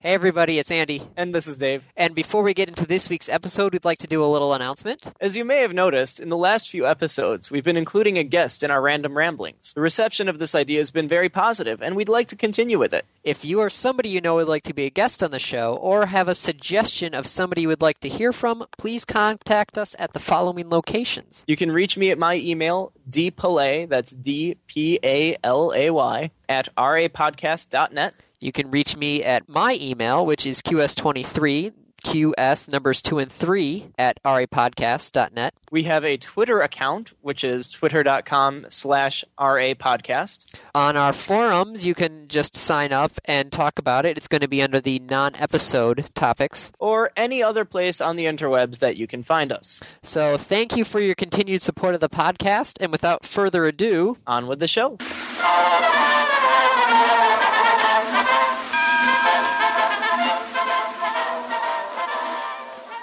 Hey, everybody, it's Andy. And this is Dave. And before we get into this week's episode, we'd like to do a little announcement. As you may have noticed, in the last few episodes, we've been including a guest in our random ramblings. The reception of this idea has been very positive, and we'd like to continue with it. If you or somebody you know would like to be a guest on the show, or have a suggestion of somebody you would like to hear from, please contact us at the following locations. You can reach me at my email, dpalay, that's D P A L A Y, at rapodcast.net. You can reach me at my email, which is QS23, QS numbers 2 and 3 at rapodcast.net. We have a Twitter account, which is twitter.com slash rapodcast. On our forums, you can just sign up and talk about it. It's going to be under the non episode topics. Or any other place on the interwebs that you can find us. So thank you for your continued support of the podcast. And without further ado, On with the show.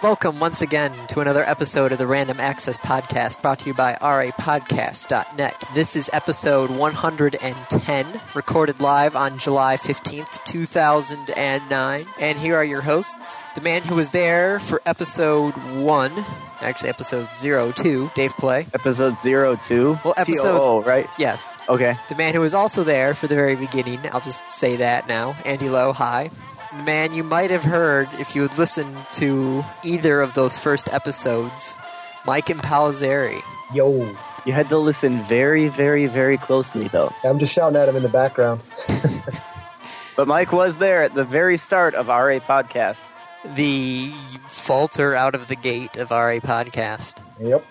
Welcome once again to another episode of the Random Access Podcast brought to you by rapodcast.net. This is episode 110, recorded live on July 15th, 2009. And here are your hosts the man who was there for episode 1, actually, episode zero two, Dave Play. Episode zero two. Well, episode- TOO, right? Yes, Okay. the man who was also there for the very beginning. I'll just say that now. Andy Lowe, hi. The Man, you might have heard if you had listened to either of those first episodes, Mike and Palazzari. Yo, You had to listen very, very, very closely, though. I'm just shouting at him in the background. But Mike was there at the very start of RA podcast. The falter out of the gate of RA podcast. Yep.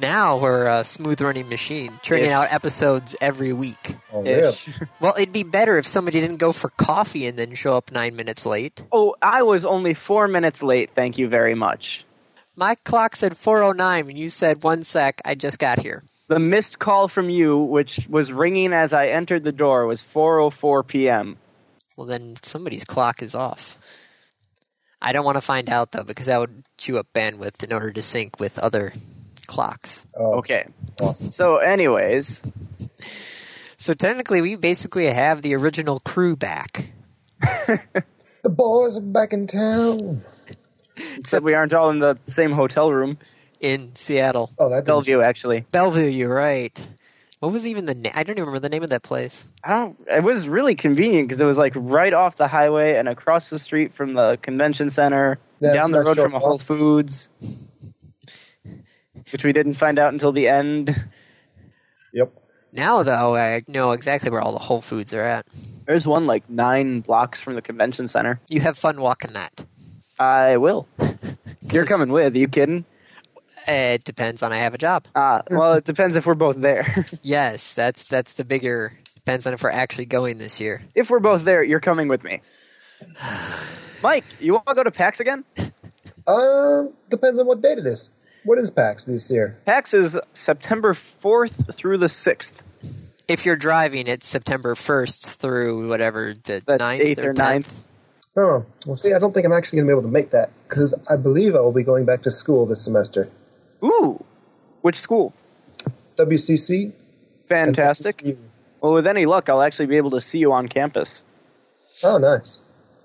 Now we're a smooth running machine, turning Ish. out episodes every week. Oh, Ish. rip. Well, it'd be better if somebody didn't go for coffee and then show up nine minutes late. Oh, I was only four minutes late. Thank you very much. My clock said 4.09 and you said, one sec, I just got here. The missed call from you, which was ringing as I entered the door, was 4:04 p.m. Well, then somebody's clock is off. I don't want to find out though, because that would chew up bandwidth in order to sync with other clocks. Oh, Okay. awesome. So, anyways, So technically, we basically have the original crew back. The boys are back in town. except we aren't all in the same hotel room, in Seattle, Oh, that does. Bellevue, actually. Bellevue. You're right. What was even the name? I don't even remember the name of that place. I don't. It was really convenient because it was like right off the highway and across the street from the convention center, Yeah, down it's the not road short from a Whole walk. Foods, which we didn't find out until the end. Yep. Now though, I know exactly where all the Whole Foods are at. There's one like nine blocks from the convention center. You have fun walking that. I will. You're coming with? you kidding? It depends on I have a job. Uh, well, it depends if we're both there. Yes, that's that's the bigger depends on if we're actually going this year. if we're both there, you're coming with me. Mike, you want to go to PAX again? Um, depends on what date it is. What is PAX this year? PAX is September 4th through the 6th. if you're driving, it's September 1st through whatever the, The 9th 8th or or 9th. 10th. Oh, well, see, I don't think I'm actually going to be able to make that because I believe I will be going back to school this semester. Ooh, which school? WCC. Fantastic. Well, with any luck, I'll actually be able to see you on campus. Oh, nice.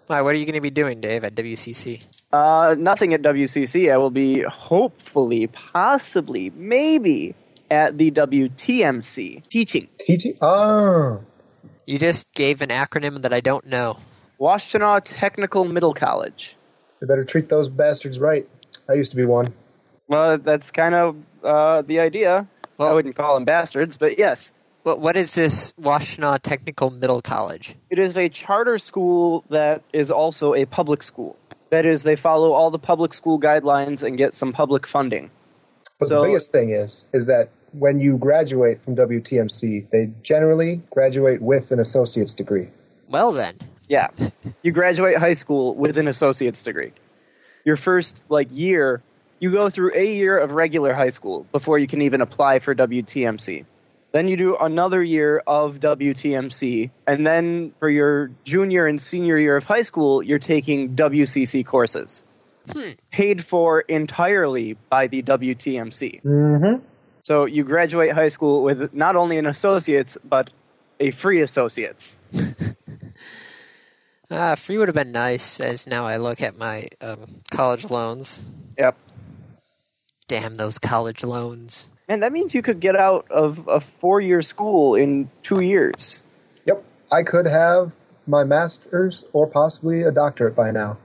Why, what are you going to be doing, Dave, at WCC? Uh, nothing at WCC. I will be hopefully, possibly, maybe at the WTMC teaching. Teaching. Oh, You just gave an acronym that I don't know. Washtenaw Technical Middle College. we better treat those bastards right. I used to be one. Well, that's kind of uh, the idea. I Well- wouldn't call them bastards, but yes. What, what is this Washtenaw Technical Middle College? It is a charter school that is also a public school. That is, they follow all the public school guidelines and get some public funding. But So- the biggest thing is, is that when you graduate from WTMC, they generally graduate with an associate's degree. Well, then. Yeah. You graduate high school with an associate's degree. Your first like year, you go through a year of regular high school before you can even apply for WTMC. Then you do another year of WTMC, and then for your junior and senior year of high school, you're taking WCC courses. Paid for entirely by the WTMC. Mm-hmm. So you graduate high school with not only an associate's, but a free associate's. Uh, free would have been nice, as now I look at my um, college loans. Yep. Damn those college loans. Man, that means you could get out of a four year school in two years. Yep, I could have my master's or possibly a doctorate by now.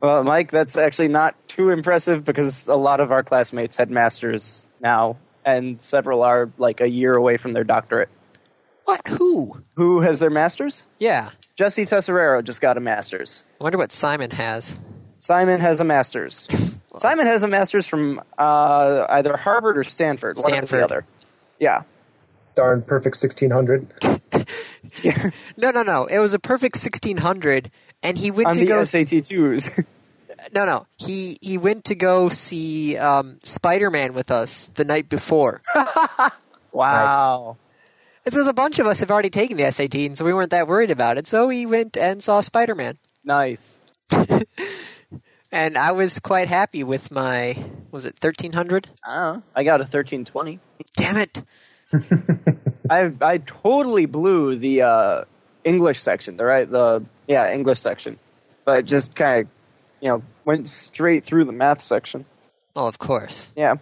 Well, Mike, that's actually not too impressive because a lot of our classmates had masters now, and several are like a year away from their doctorate. What? Who? Who has their masters? Yeah. Jesse Tesserero just got a master's. I wonder what Simon has. Simon has a master's. Simon has a master's from uh, either Harvard or Stanford. one or the Stanford. other. Yeah. Darn perfect 1600. No, no, no. It was a perfect 1600, and he went On to the go. SAT twos. No, no. He he went to go see um, Spider Man with us the night before. wow. This is a bunch of us have already taken the SAT, and so we weren't that worried about it. So he went and saw Spider Man, Nice. and I was quite happy with my was it 1300? I don't know. I got a thirteen twenty. Damn it! I I totally blew the uh, English section, the right the yeah English section, but just kind of you know went straight through the math section. Well, of course. Yeah,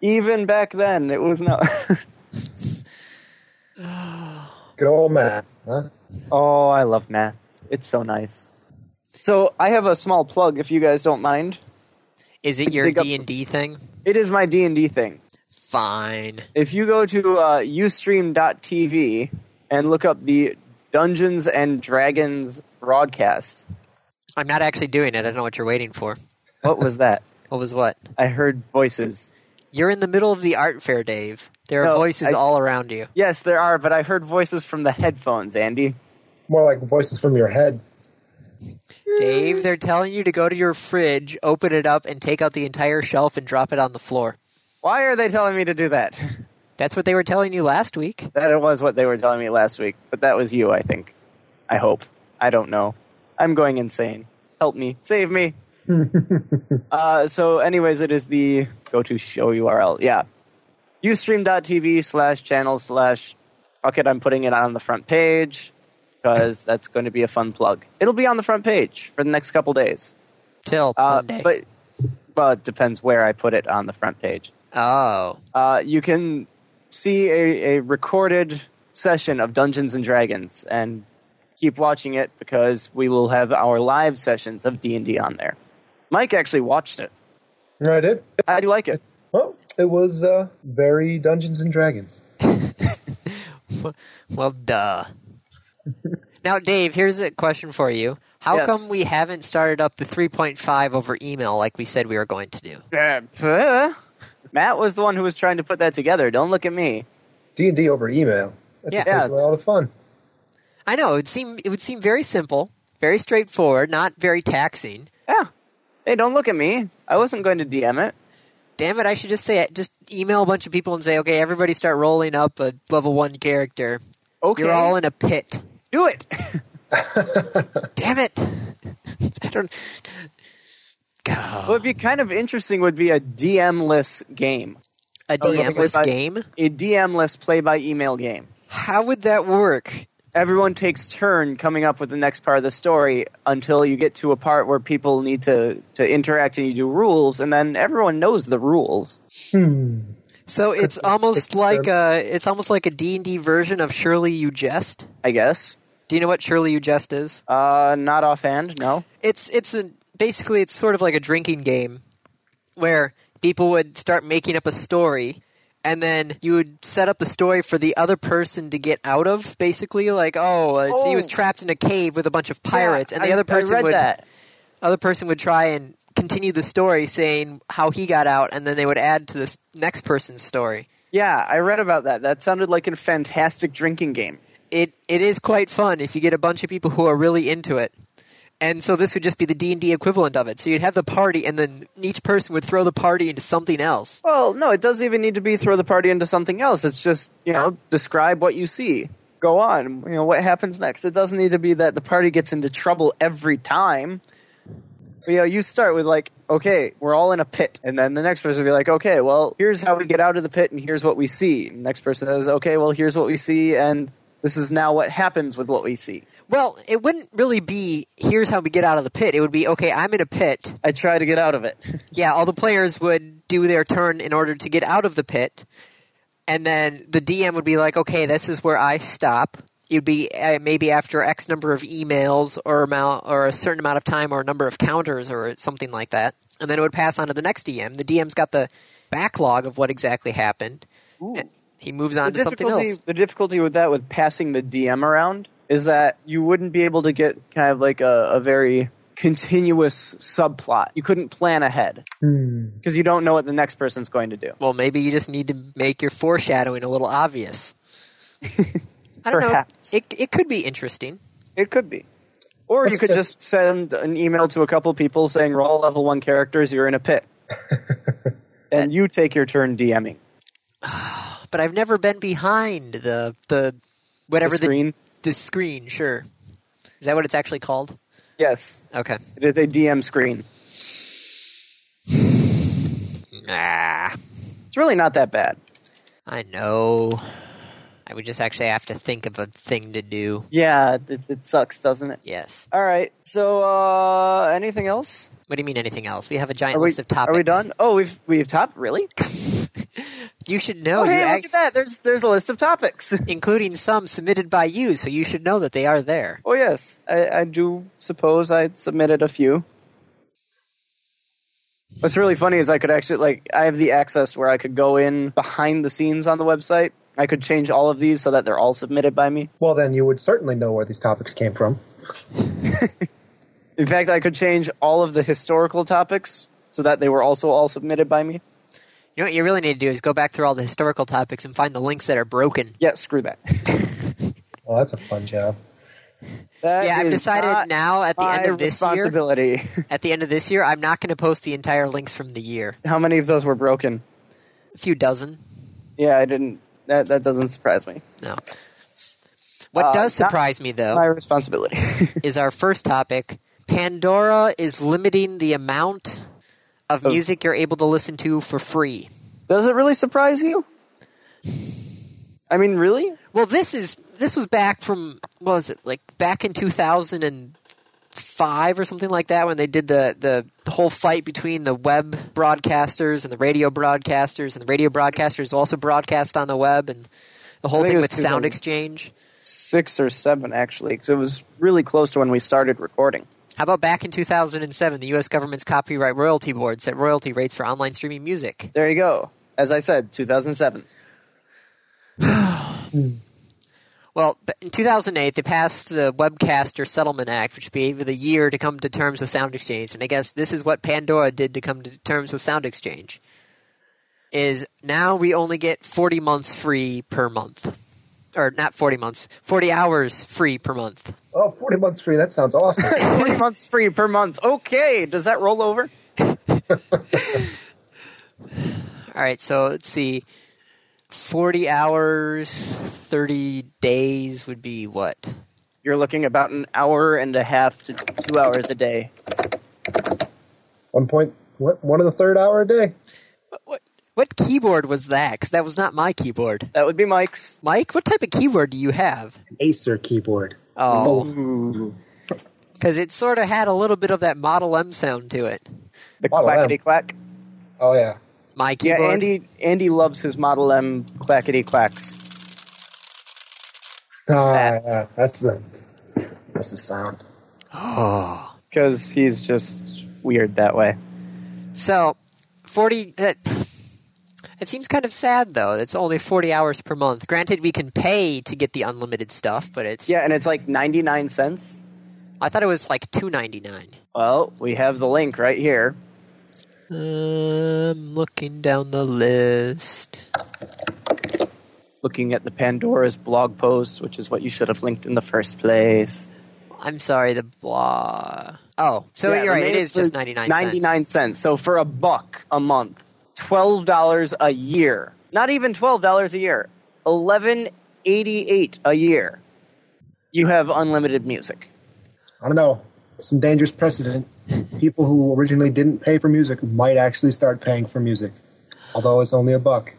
even back then it was not. Good old math, huh? oh, I love math. It's so nice. So I have a small plug, if you guys don't mind. Is it your Dig up- D and D thing? It is my D and D thing. Fine. If you go to uh, ustream.tv and look up the Dungeons and Dragons broadcast, I'm not actually doing it. I don't know what you're waiting for. what was that? What was what? I heard voices. You're in the middle of the art fair, Dave. There are No, voices I- all around you. Yes, there are, but I heard voices from the headphones, Andy. More like voices from your head. Dave, they're telling you to go to your fridge, open it up, and take out the entire shelf and drop it on the floor. Why are they telling me to do that? That's what they were telling you last week. That was what they were telling me last week, but that was you, I think. I hope. I don't know. I'm going insane. Help me. Save me. uh, so, anyways, it is the go to show URL. Yeah. Ustream.tv slash channel slash. Okay, I'm putting it on the front page because that's going to be a fun plug. It'll be on the front page for the next couple days. Till Uh, Monday. but well, it depends where I put it on the front page. oh, Uh, you can see a, a recorded session of Dungeons and Dragons and keep watching it because we will have our live sessions of D and D on there. Mike actually watched it. You know what I did? I like it. Well, it was uh, very Dungeons and Dragons. well, duh. now, Dave, here's a question for you. How Yes. come we haven't started up the 3.5 over email like we said we were going to do? Uh, puh. Matt was the one who was trying to put that together. Don't look at me. D and D over email. That just Yeah. takes away all the fun. I know it would seem it would seem very simple, very straightforward, not very taxing. Yeah. Hey, don't look at me. I wasn't going to DM it. Damn it! I should just say it. Just email a bunch of people and say, okay, everybody start rolling up a level one character. Okay. You're all in a pit. Do it. Damn it! I don't. God. what would be kind of interesting would be a DM-less game. A Oh, yeah, DM-less but- game. a DM-less play-by-email game. How would that work? Everyone takes turn coming up with the next part of the story until you get to a part where people need to, to interact and you do rules, and then everyone knows the rules. So it's almost It's like a it's almost like a D and D version of Surely You Jest. I guess. Do you know what Surely You Jest is? Uh, not offhand, no. it's it's an, basically it's sort of like a drinking game where people would start making up a story and then you would set up the story for the other person to get out of basically like oh, it's, he was Oh. trapped in a cave with a bunch of pirates and the I- other person I read would that. other person would try and continue the story saying how he got out and then they would add to this next person's story Yeah, I read about that. That sounded like a fantastic drinking game. it it is quite fun if you get a bunch of people who are really into it. And so this would just be the D and D equivalent of it. So you'd have the party, and then each person would throw the party into something else. Well, no, it doesn't even need to be throw the party into something else. It's just, you know, describe what you see. Go on. You know, what happens next? It doesn't need to be that the party gets into trouble every time. You know, you start with like, okay, we're all in a pit. And then the next person will be like, okay, well, here's how we get out of the pit and here's what we see. And the next person says, okay, well, here's what we see and this is now what happens with what we see. Well, it wouldn't really be here's how we get out of the pit. It would be okay, I'm in a pit. I try to get out of it. Yeah, all the players would do their turn in order to get out of the pit. And then the DM would be like, okay, this is where I stop. You'd be uh, maybe after X number of emails or amount or a certain amount of time or a number of counters or something like that. And then it would pass on to the next DM. The DM's got the backlog of what exactly happened. And He moves on to something else. the difficulty with that, with passing the DM around, is that you wouldn't be able to get kind of like a, a very continuous subplot. You couldn't plan ahead because you don't know what the next person's going to do. Well, maybe you just need to make your foreshadowing a little obvious. I don't Perhaps. know. It it could be interesting. It could be. Or you Let's could just- just send an email to a couple people saying, roll level one characters, you're in a pit. and you take your turn DMing. But I've never been behind the the whatever The screen? the screen, sure. Is that what it's actually called? Yes, Okay. it is a DM screen. Nah. It's really not that bad. I know. I would just actually have to think of a thing to do. Yeah, it, it sucks, doesn't it? Yes. All right. So, uh, anything else? What do you mean anything else? We have a giant Are we, list of topics. are we done? Oh, we've we've top really? You should know. Oh, you hey, act- look at that. There's there's a list of topics. including some submitted by you, so you should know that they are there. oh yes, I, I do suppose I submitted a few. What's really funny is I could actually like I have the access where I could go in behind the scenes on the website. I could change all of these so that they're all submitted by me. Well, then you would certainly know where these topics came from. In fact, I could change all of the historical topics so that they were also all submitted by me. You know what you really need to do is go back through all the historical topics and find the links that are broken. Yeah, screw that. Well, that's a fun job. That yeah, I've is decided not now at the end my of this year. responsibility. At the end of this year, I'm not going to post the entire links from the year. How many of those were broken? A few dozen. Yeah, I didn't. That that doesn't surprise me. No. What Uh, does not- surprise me though My responsibility. is our first topic. Pandora is limiting the amount Oh. of music you're able to listen to for free. Does it really surprise you? I mean, really? Well, this is this was back from what was it like back in two thousand and five or something like that when they did the, the the whole fight between the web broadcasters and the radio broadcasters and the radio broadcasters also broadcast on the web and the whole I think thing it was with Sound 2000. Exchange. Six or seven, actually, because it was really close to when we started recording. How about back in two thousand and seven, the U.S. government's Copyright Royalty Board set royalty rates for online streaming music. There you go. As I said, 2007. Well, b- in 2008, they passed the Webcaster Settlement Act, which gave it a year to come to terms with Sound Exchange. And I guess this is what Pandora did to come to terms with Sound Exchange. Is now we only get 40 months free per month, or not 40 months, 40 hours free per month. Oh, 40 months free. That sounds awesome. 40 months free per month. Okay, does that roll over? All right, so let's see, 40 hours, 30 days would be what? You're looking about an hour and a half to two hours a day. one point, what, one and a third hour a day. What what keyboard was that? 'Cause that was not my keyboard. That would be Mike's. Mike, what type of keyboard do you have? Acer keyboard. Oh. Ooh. because it sort of had a little bit of that Model M sound to it. The Model M. clackety clack. Oh, yeah. My Yeah, keyboard. Andy. Andy loves his Model M clackety clacks. Ah, yeah. That's the, that's the sound. Oh. because he's just weird that way. So, forty. That, it seems kind of sad though. It's only forty hours per month. Granted, we can pay to get the unlimited stuff, but it's. Yeah, and it's like 99 cents. I thought it was like two ninety nine. Well, we have the link right here. I'm Um, looking down the list. Looking at the Pandora's blog post, which is what you should have linked in the first place. I'm sorry, the blah. Oh, so Yeah, you're right. the It main- is just ninety nine. 99 cents. So for a buck a month, $12 a year. Not even $12 a year. 11.88 a year. You have unlimited music. I don't know. Some dangerous precedent. People who originally didn't pay for music might actually start paying for music, although it's only a buck.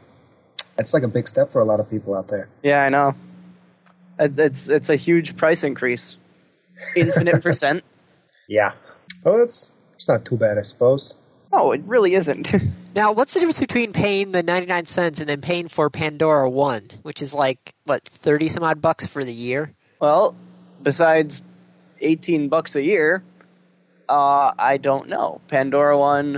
That's like a big step for a lot of people out there. Yeah, I know. It- It's it's a huge price increase. infinite percent. Yeah. Oh, that's it's not too bad, I suppose. No, it really isn't. Now, what's the difference between paying the 99 cents and then paying for Pandora 1, which is like, what, 30 some odd bucks for the year? well, besides eighteen bucks a year, uh, I don't know. Pandora one.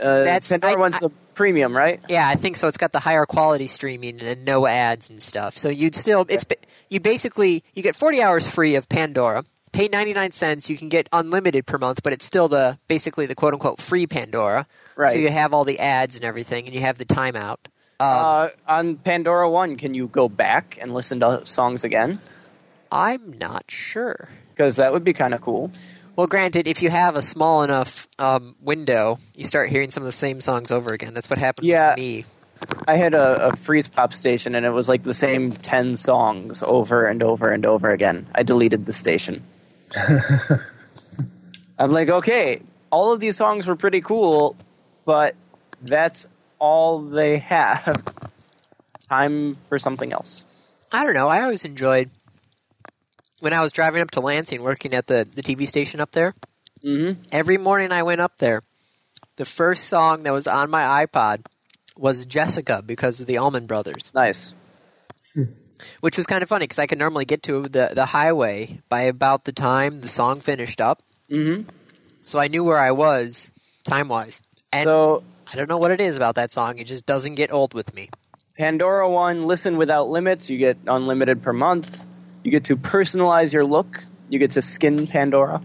Uh, That's- Pandora I- one's I- the premium, right? Yeah, I think so. It's got the higher quality streaming and no ads and stuff. So you'd still, it's ba- you basically, you get 40 hours free of Pandora. Pay 99 cents, you can get unlimited per month, but it's still the, basically the quote unquote free Pandora. So Right. you have all the ads and everything, and you have the timeout. Um, Uh, on Pandora one, can you go back and listen to songs again? I'm not sure. Because that would be kind of cool. Well, granted, if you have a small enough um, window, you start hearing some of the same songs over again. That's what happened Yeah. with me. I had a, a freeze pop station, and it was like the same ten songs over and over and over again. I deleted the station. I'm like, okay, all of these songs were pretty cool, but that's all they have. Time for something else. I don't know. I always enjoyed when I was driving up to Lansing, working at the, the TV station up there. Mm-hmm. Every morning I went up there. The first song that was on my iPod was Jessica because of the Allman Brothers, Nice. which was kind of funny because I could normally get to the, the highway by about the time the song finished up. Mm-hmm. So I knew where I was time wise. And So I don't know what it is about that song. It just doesn't get old with me. Pandora One, listen without limits. You get unlimited per month. You get to personalize your look. You get to skin Pandora.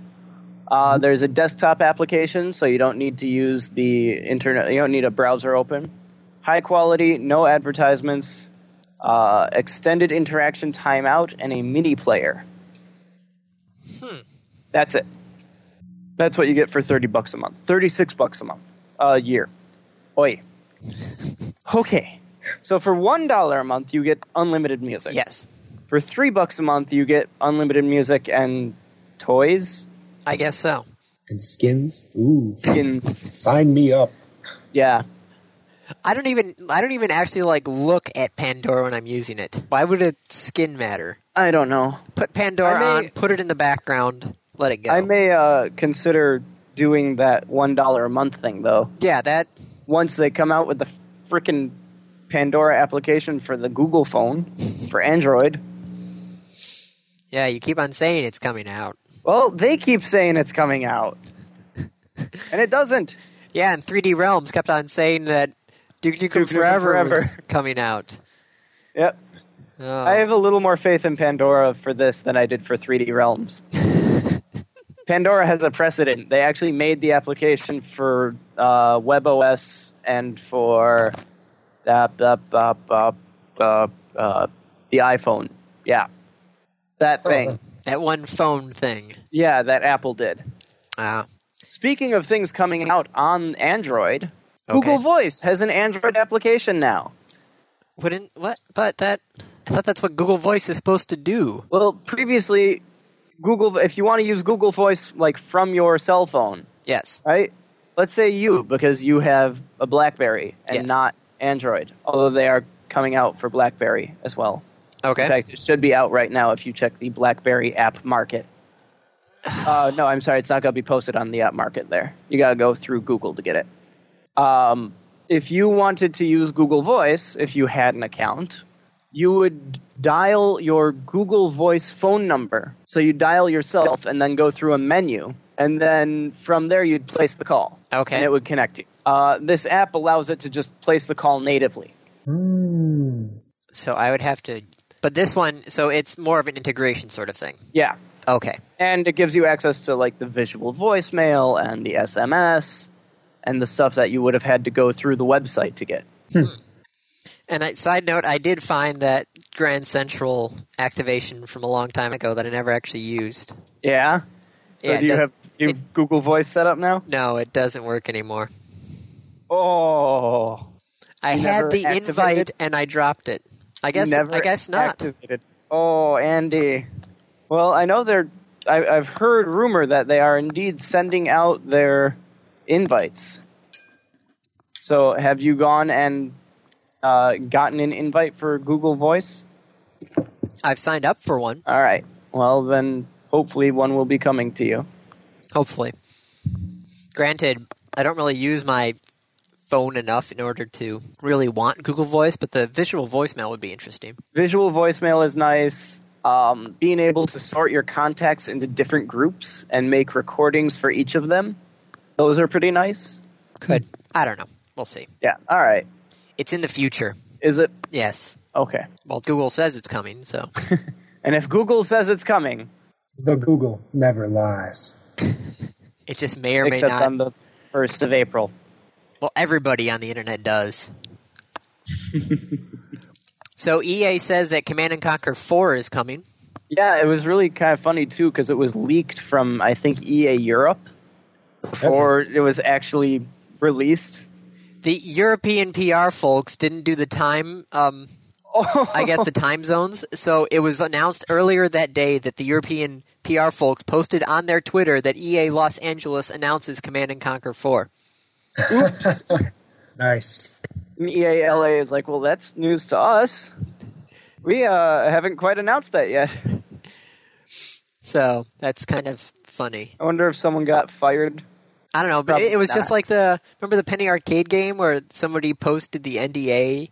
Uh, there's a desktop application, so you don't need to use the internet. You don't need a browser open. High quality, no advertisements, uh, extended interaction timeout, and a mini player. That's it. That's what you get for thirty bucks a month. Thirty-six bucks a month, a year. Oi. Okay. So for one dollar a month, you get unlimited music. Yes, For three bucks a month, you get unlimited music and toys. I guess so. And skins. Ooh, In sign me up. yeah, I don't even I don't even actually like look at Pandora when I'm using it. Why would a skin matter? I don't know. Put Pandora I may- on, put it in the background, let it go. I may uh, consider doing that one dollar a month thing though. yeah, that Once they come out with the frickin' Pandora application for the Google phone for Android. yeah, you keep on saying it's coming out. Well, they keep saying it's coming out, and it doesn't. Yeah, and 3D Realms kept on saying that Duke Nukem, Nukem Forever, was Forever. coming out. Yep. Oh. I have a little more faith in Pandora for this than I did for 3D Realms. Pandora has a precedent. They actually made the application for uh, WebOS and for uh, uh, uh, uh, uh, uh, the iPhone. Yeah. That thing. that one phone thing. Yeah, that Apple did. Ah, Speaking of things coming out on Android, Okay. Google Voice has an Android application now. wouldn't what? But that I thought that's what Google Voice is supposed to do. Well, previously, Google, if you want to use Google Voice like from your cell phone, Yes. right? Let's say you, because you have a BlackBerry and Yes. not Android, although they are coming out for BlackBerry as well. Okay. In fact, it should be out right now if you check the BlackBerry app market. Uh, no, I'm sorry, it's not going to be posted on the app market there. You got to go through Google to get it. Um, if you wanted to use Google Voice, if you had an account, you would dial your Google Voice phone number. So you dial yourself and then go through a menu. And then from there, you'd place the call. Okay. And it would connect you. Uh, this app allows it to just place the call natively. Hmm. So I would have to. But this one, so it's more of an integration sort of thing. Yeah. Okay. and it gives you access to like the visual voicemail and the SMS and the stuff that you would have had to go through the website to get. And I, side note, I did find that Grand Central activation from a long time ago that I never actually used. Yeah. So Yeah, do you that's- have you have Google Voice set up now? No, it doesn't work anymore. Oh, I You had never the activated? invite and I dropped it. I guess. never. I guess not. Activated. Oh, Andy. Well, I know they're. I, I've heard rumor that they are indeed sending out their invites. So, have you gone and uh, gotten an invite for Google Voice? I've signed up for one. All right. Well, then hopefully one will be coming to you. Hopefully. Granted, I don't really use my phone enough in order to really want Google Voice, but the visual voicemail would be interesting. Visual voicemail is nice. Um, being able to sort your contacts into different groups and make recordings for each of them, those are pretty nice. Could. I don't know. We'll see. Yeah. All right. It's in the future. Is it Yes. okay? Well, Google says it's coming, so. And if Google says it's coming, The Google never lies. It just may or may except not. on the first of April. Well, everybody on the internet does. so EA says that Command and Conquer 4 is coming. Yeah, it was really kind of funny too because it was leaked from I think EA Europe before it was actually released. The European PR folks didn't do the time. Um, I guess the time zones. So it was announced earlier that day that the European PR folks posted on their Twitter that EA Los Angeles announces Command and Conquer 4. Nice. And EA LA is like, well, that's news to us. We uh, haven't quite announced that yet. So that's kind of funny. I wonder if someone got fired. I don't know, but it, it was just Probably like the remember the penny arcade game where somebody posted the NDA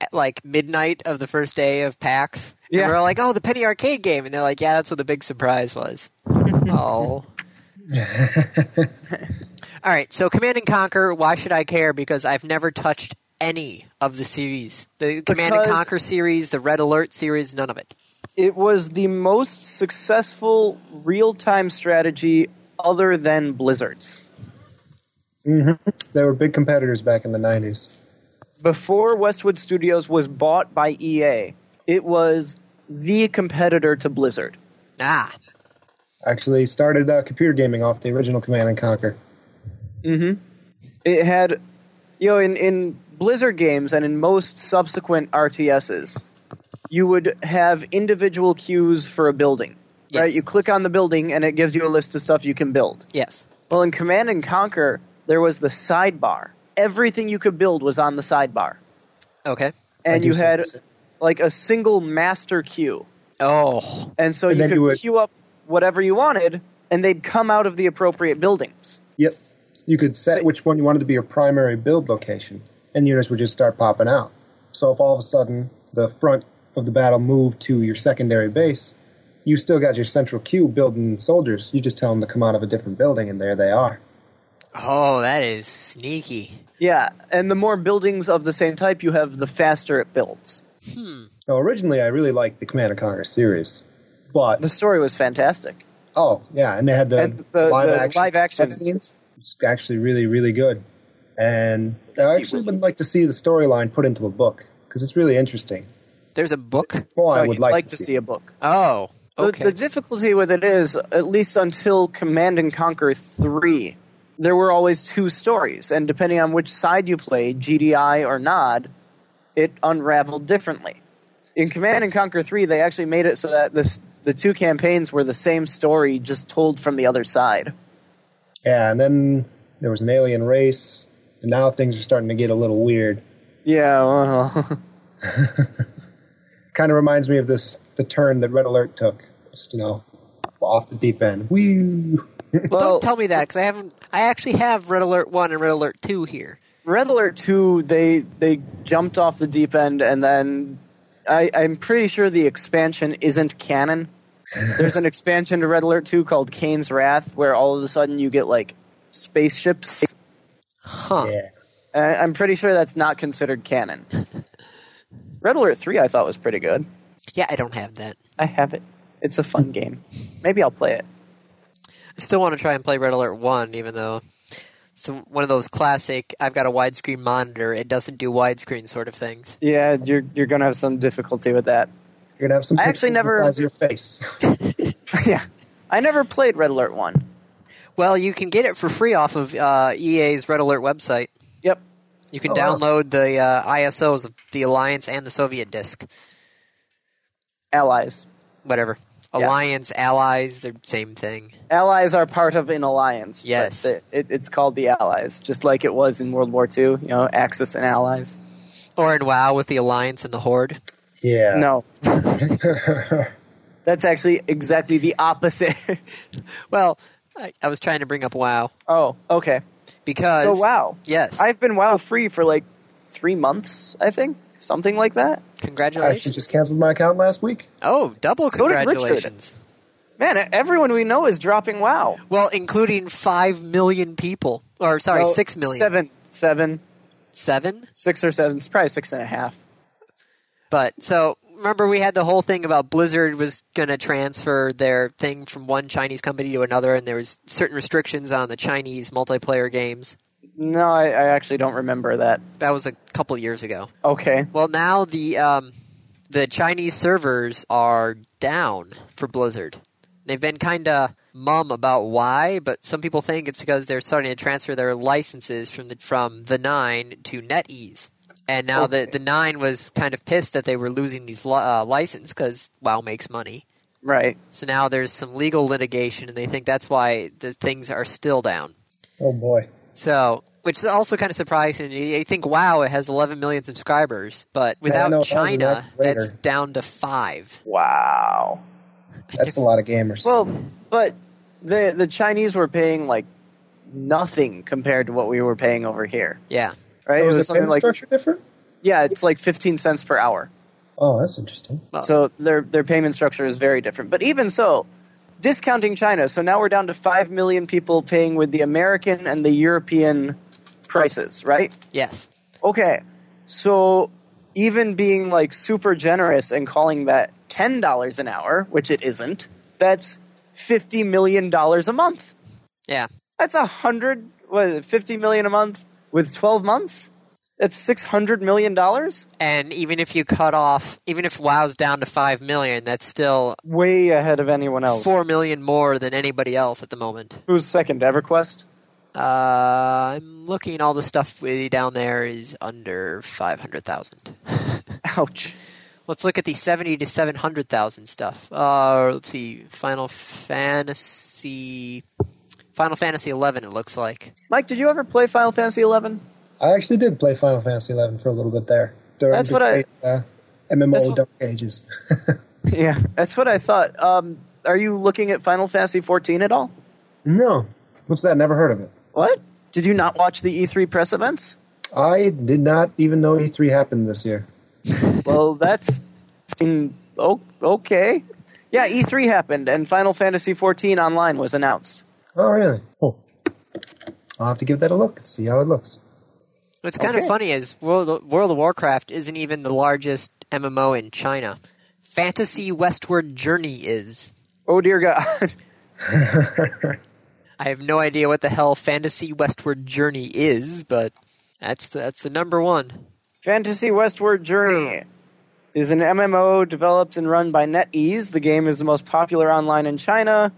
at like midnight of the first day of PAX. And Yeah. we are like, "Oh, the penny arcade game," and they're like, "Yeah, that's what the big surprise was." oh. All right, so Command and Conquer. Why should I care? Because I've never touched any of the series, the Command and Because- Conquer series, the Red Alert series, none of it. It was the most successful real time strategy other than Blizzard's. They were big competitors back in the 90s. Before Westwood Studios was bought by EA, it was the competitor to Blizzard. Ah, Actually, started uh, computer gaming off the original Command and Conquer. it had you know in, in blizzard games and in most subsequent rtss you would have individual queues for a building Yes. right you click on the building and it gives you a list of stuff you can build yes. well in command and conquer there was the sidebar everything you could build was on the sidebar Okay. and do you see had this. like a single master queue Oh, and so And you then could you would- queue up whatever you wanted and they'd come out of the appropriate buildings Yes. You could set which one you wanted to be your primary build location, and units would just start popping out. So if all of a sudden the front of the battle moved to your secondary base, you still got your central queue building soldiers. You just tell them to come out of a different building, and there they are. oh, that is sneaky. yeah and the more buildings of the same type you have the faster it builds Now, originally, I really liked the Command and Conquer series, but The story was fantastic. oh yeah, and they had the, And the- live, the action live action. cutscenes. It's actually really, really good, and I actually would like to see the storyline put into a book because it's really interesting. There's a book. Well, I Oh, would you'd like, to, see a book. Oh, The- okay. The, difficulty with it is, at least until Command and Conquer 3, there were always two stories, and depending on which side you played, GDI or Nod, it unraveled differently. In Command and Conquer 3, they actually made it so that this, the two campaigns were the same story, just told from the other side. Yeah, and then there was an alien race, and now things are starting to get a little weird. Yeah, well, Kind of reminds me of this the turn that Red Alert took, just you know, off the deep end. Woo! Don't tell me that because I haven't. I actually have Red Alert One and Red Alert Two here. Red Alert Two, they they jumped off the deep end, and then I, I'm pretty sure the expansion isn't canon. There's an expansion to Red Alert Two called Kane's Wrath, where all of a sudden you get like spaceships. Huh? Yeah, And I'm pretty sure that's not considered canon. Red Alert Three, I thought was pretty good. Yeah, I don't have that. I have it. It's a fun game. Maybe I'll play it. I still want to try and play Red Alert One, even though it's one of those classic. I've got a widescreen monitor. It doesn't do widescreen sort of things. Yeah, you're you're gonna have some difficulty with that. you're gonna have some I pixels actually never- the size of your face. yeah, I never played Red Alert One. Well, you can get it for free off of uh, EA's Red Alert website. Yep. You can Oh, wow. download the uh, ISOs of the Alliance and the Soviet disc. Allies. Whatever. Yeah. Alliance, allies, they're same thing. Allies are part of an alliance. but Yes. the- it, it's called the Allies, just like it was in World War II. You know, Axis and Allies. Or in WoW with the Alliance and the Horde. yeah, No, That's actually exactly the opposite. Well, I, I was trying to bring up WoW oh, okay. So because wow. Yes. I've been WoW free for like three months, I think, something like that. I actually Congratulations! just canceled my account last week. Oh, double So does Richard. congratulations! Man, e-, everyone we know is dropping WoW. Well, including five million people, or sorry, Well, six million, Oh, Seven, seven, Seven? six or seven. It's probably six and a half. But so remember, we had the whole thing about Blizzard was going to transfer their thing from one Chinese company to another, and there was certain restrictions on the Chinese multiplayer games. No, I, I actually don't remember that. That was a couple years ago. Okay. Well, now the um, the Chinese servers are down for Blizzard. They've been kind of mum about why, but some people think it's because they're starting to transfer their licenses from the from the nine to NetEase. And now the the nine was kind of pissed that they were losing these li- uh, license because WoW makes money. Right. So now there's some legal litigation, and they think that's why the things are still down. Oh boy. So, which is also kind of surprising. I think WoW it has 11 million subscribers, but I without know, that was an China, act later. that's down to five. Wow. That's a lot of gamers. Well, but the the Chinese were paying like nothing compared to what we were paying over here, Yeah, right? it Oh, is was the something payment like structure different? yeah, it's like fifteen cents per hour. Oh, that's interesting. Well- So their their payment structure is very different. But even so, discounting China, so now we're down to five million people paying with the American and the European prices, right? yes, Okay, so even being like super generous and calling that ten dollars an hour, which it isn't, that's fifty million dollars a month. yeah. That's a hundred, what is it, fifty million a month with twelve months. That's six hundred million dollars. And even if you cut off, even if WoW's down to five million, that's still Way ahead of anyone else. four million more than anybody else at the moment. Who's second? EverQuest. Uh, I'm looking. All the stuff way down there is under five hundred thousand. Ouch. Let's look at the seventy to seven hundred thousand stuff. Uh, let's see, Final Fantasy, Final Fantasy eleven. It looks like. Mike, did you ever play Final Fantasy Eleven? I actually did play Final Fantasy XI for a little bit there during That's the what I- great, uh, MMO that's what- Dark Ages. Yeah, that's what I thought. Um, are you looking at Final Fantasy fourteen at all? no, what's that? Never heard of it. What? Did you not watch the E3 press events? I did not even know E3 happened this year. Well, that's in, oh, okay. Yeah, E3 happened, and Final Fantasy XIV Online was announced. Oh, really? Oh. I'll have to give that a look. See how it looks. What's kind Okay. of funny is World, World of Warcraft isn't even the largest MMO in China. Fantasy Westward Journey is. Oh dear God! I have no idea what the hell Fantasy Westward Journey is, but that's the, that's the number one. Fantasy Westward Journey is an MMO developed and run by NetEase. The game is the most popular online in China,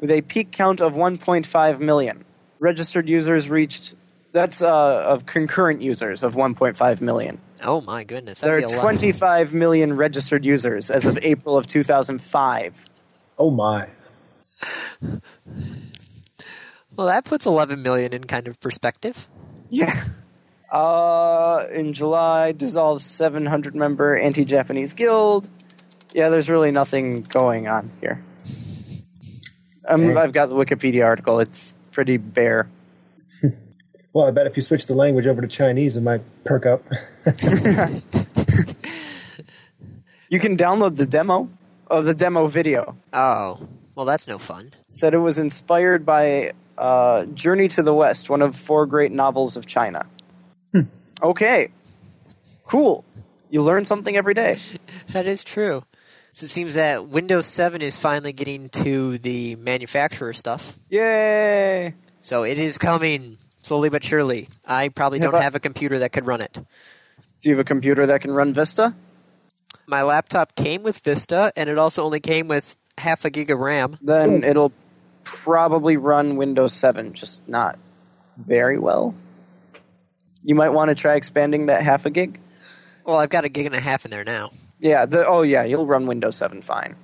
with a peak count of 1.5 million. Registered users reached. That's uh, of concurrent users of 1.5 million. Oh my goodness, There that'd are be a lot. 25 million registered users as of April of 2005. Oh, my. Well, that puts 11 million in kind of perspective. Yeah. Uh, in July, dissolves 700 member anti Japanese guild. Yeah, there's really nothing going on here. Um, Okay. I've got the Wikipedia article. It's pretty bare. Well, I bet if you switch the language over to Chinese, it might perk up. You can download the demo. Oh, the demo video. Oh, well, that's no fun. It said it was inspired by uh, Journey to the West, one of four great novels of China. Okay. Cool. You learn something every day. That is true. So it seems that Windows 7 is finally getting to the manufacturer stuff. Yay! So it is coming slowly but surely. I probably Yeah, don't but- have a computer that could run it. Do you have a computer that can run Vista? My laptop came with Vista, and it also only came with half a gig of RAM. then it'll probably run Windows 7, just not very well. You might want to try expanding that half a gig. Well, I've got a gig and a half in there now. Yeah, the, oh yeah, you'll run Windows 7 fine.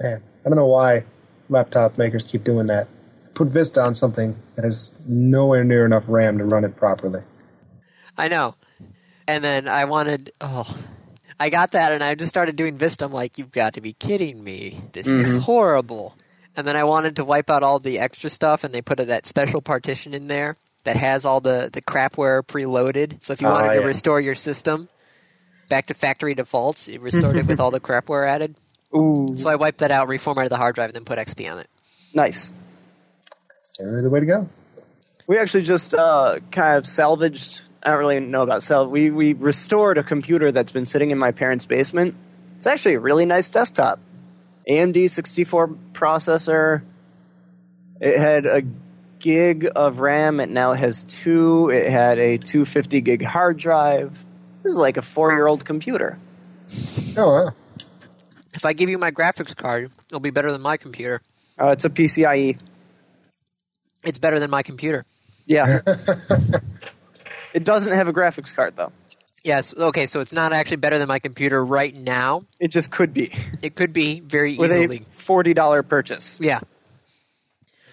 Man, I don't know why laptop makers keep doing that. Put Vista on something that has nowhere near enough RAM to run it properly. I know. And then I wanted. Oh, I got that and I just started doing Vista. I'm like, you've got to be kidding me. This is horrible. And then I wanted to wipe out all the extra stuff and they put that special partition in there that has all the, the crapware preloaded. So if you Ah, wanted to yeah. restore your system back to factory defaults, it restored it with all the crapware added. Ooh, So I wiped that out, reformatted the hard drive, and then put XP on it. nice. That's generally the way to go. We actually just uh, kind of salvaged. I don't really know about salvage. We we restored a computer that's been sitting in my parents' basement. It's actually a really nice desktop. AMD 64 processor. It had a gig of RAM. It now has two. It had a 250 gig hard drive. This is like a four year old computer. Oh, wow. If I give you my graphics card, it'll be better than my computer. Uh, it's a PCIe. It's better than my computer. Yeah. it doesn't have a graphics card though. Yes. Okay. So it's not actually better than my computer right now. It just could be It could be very with easily. a forty dollar purchase. Yeah.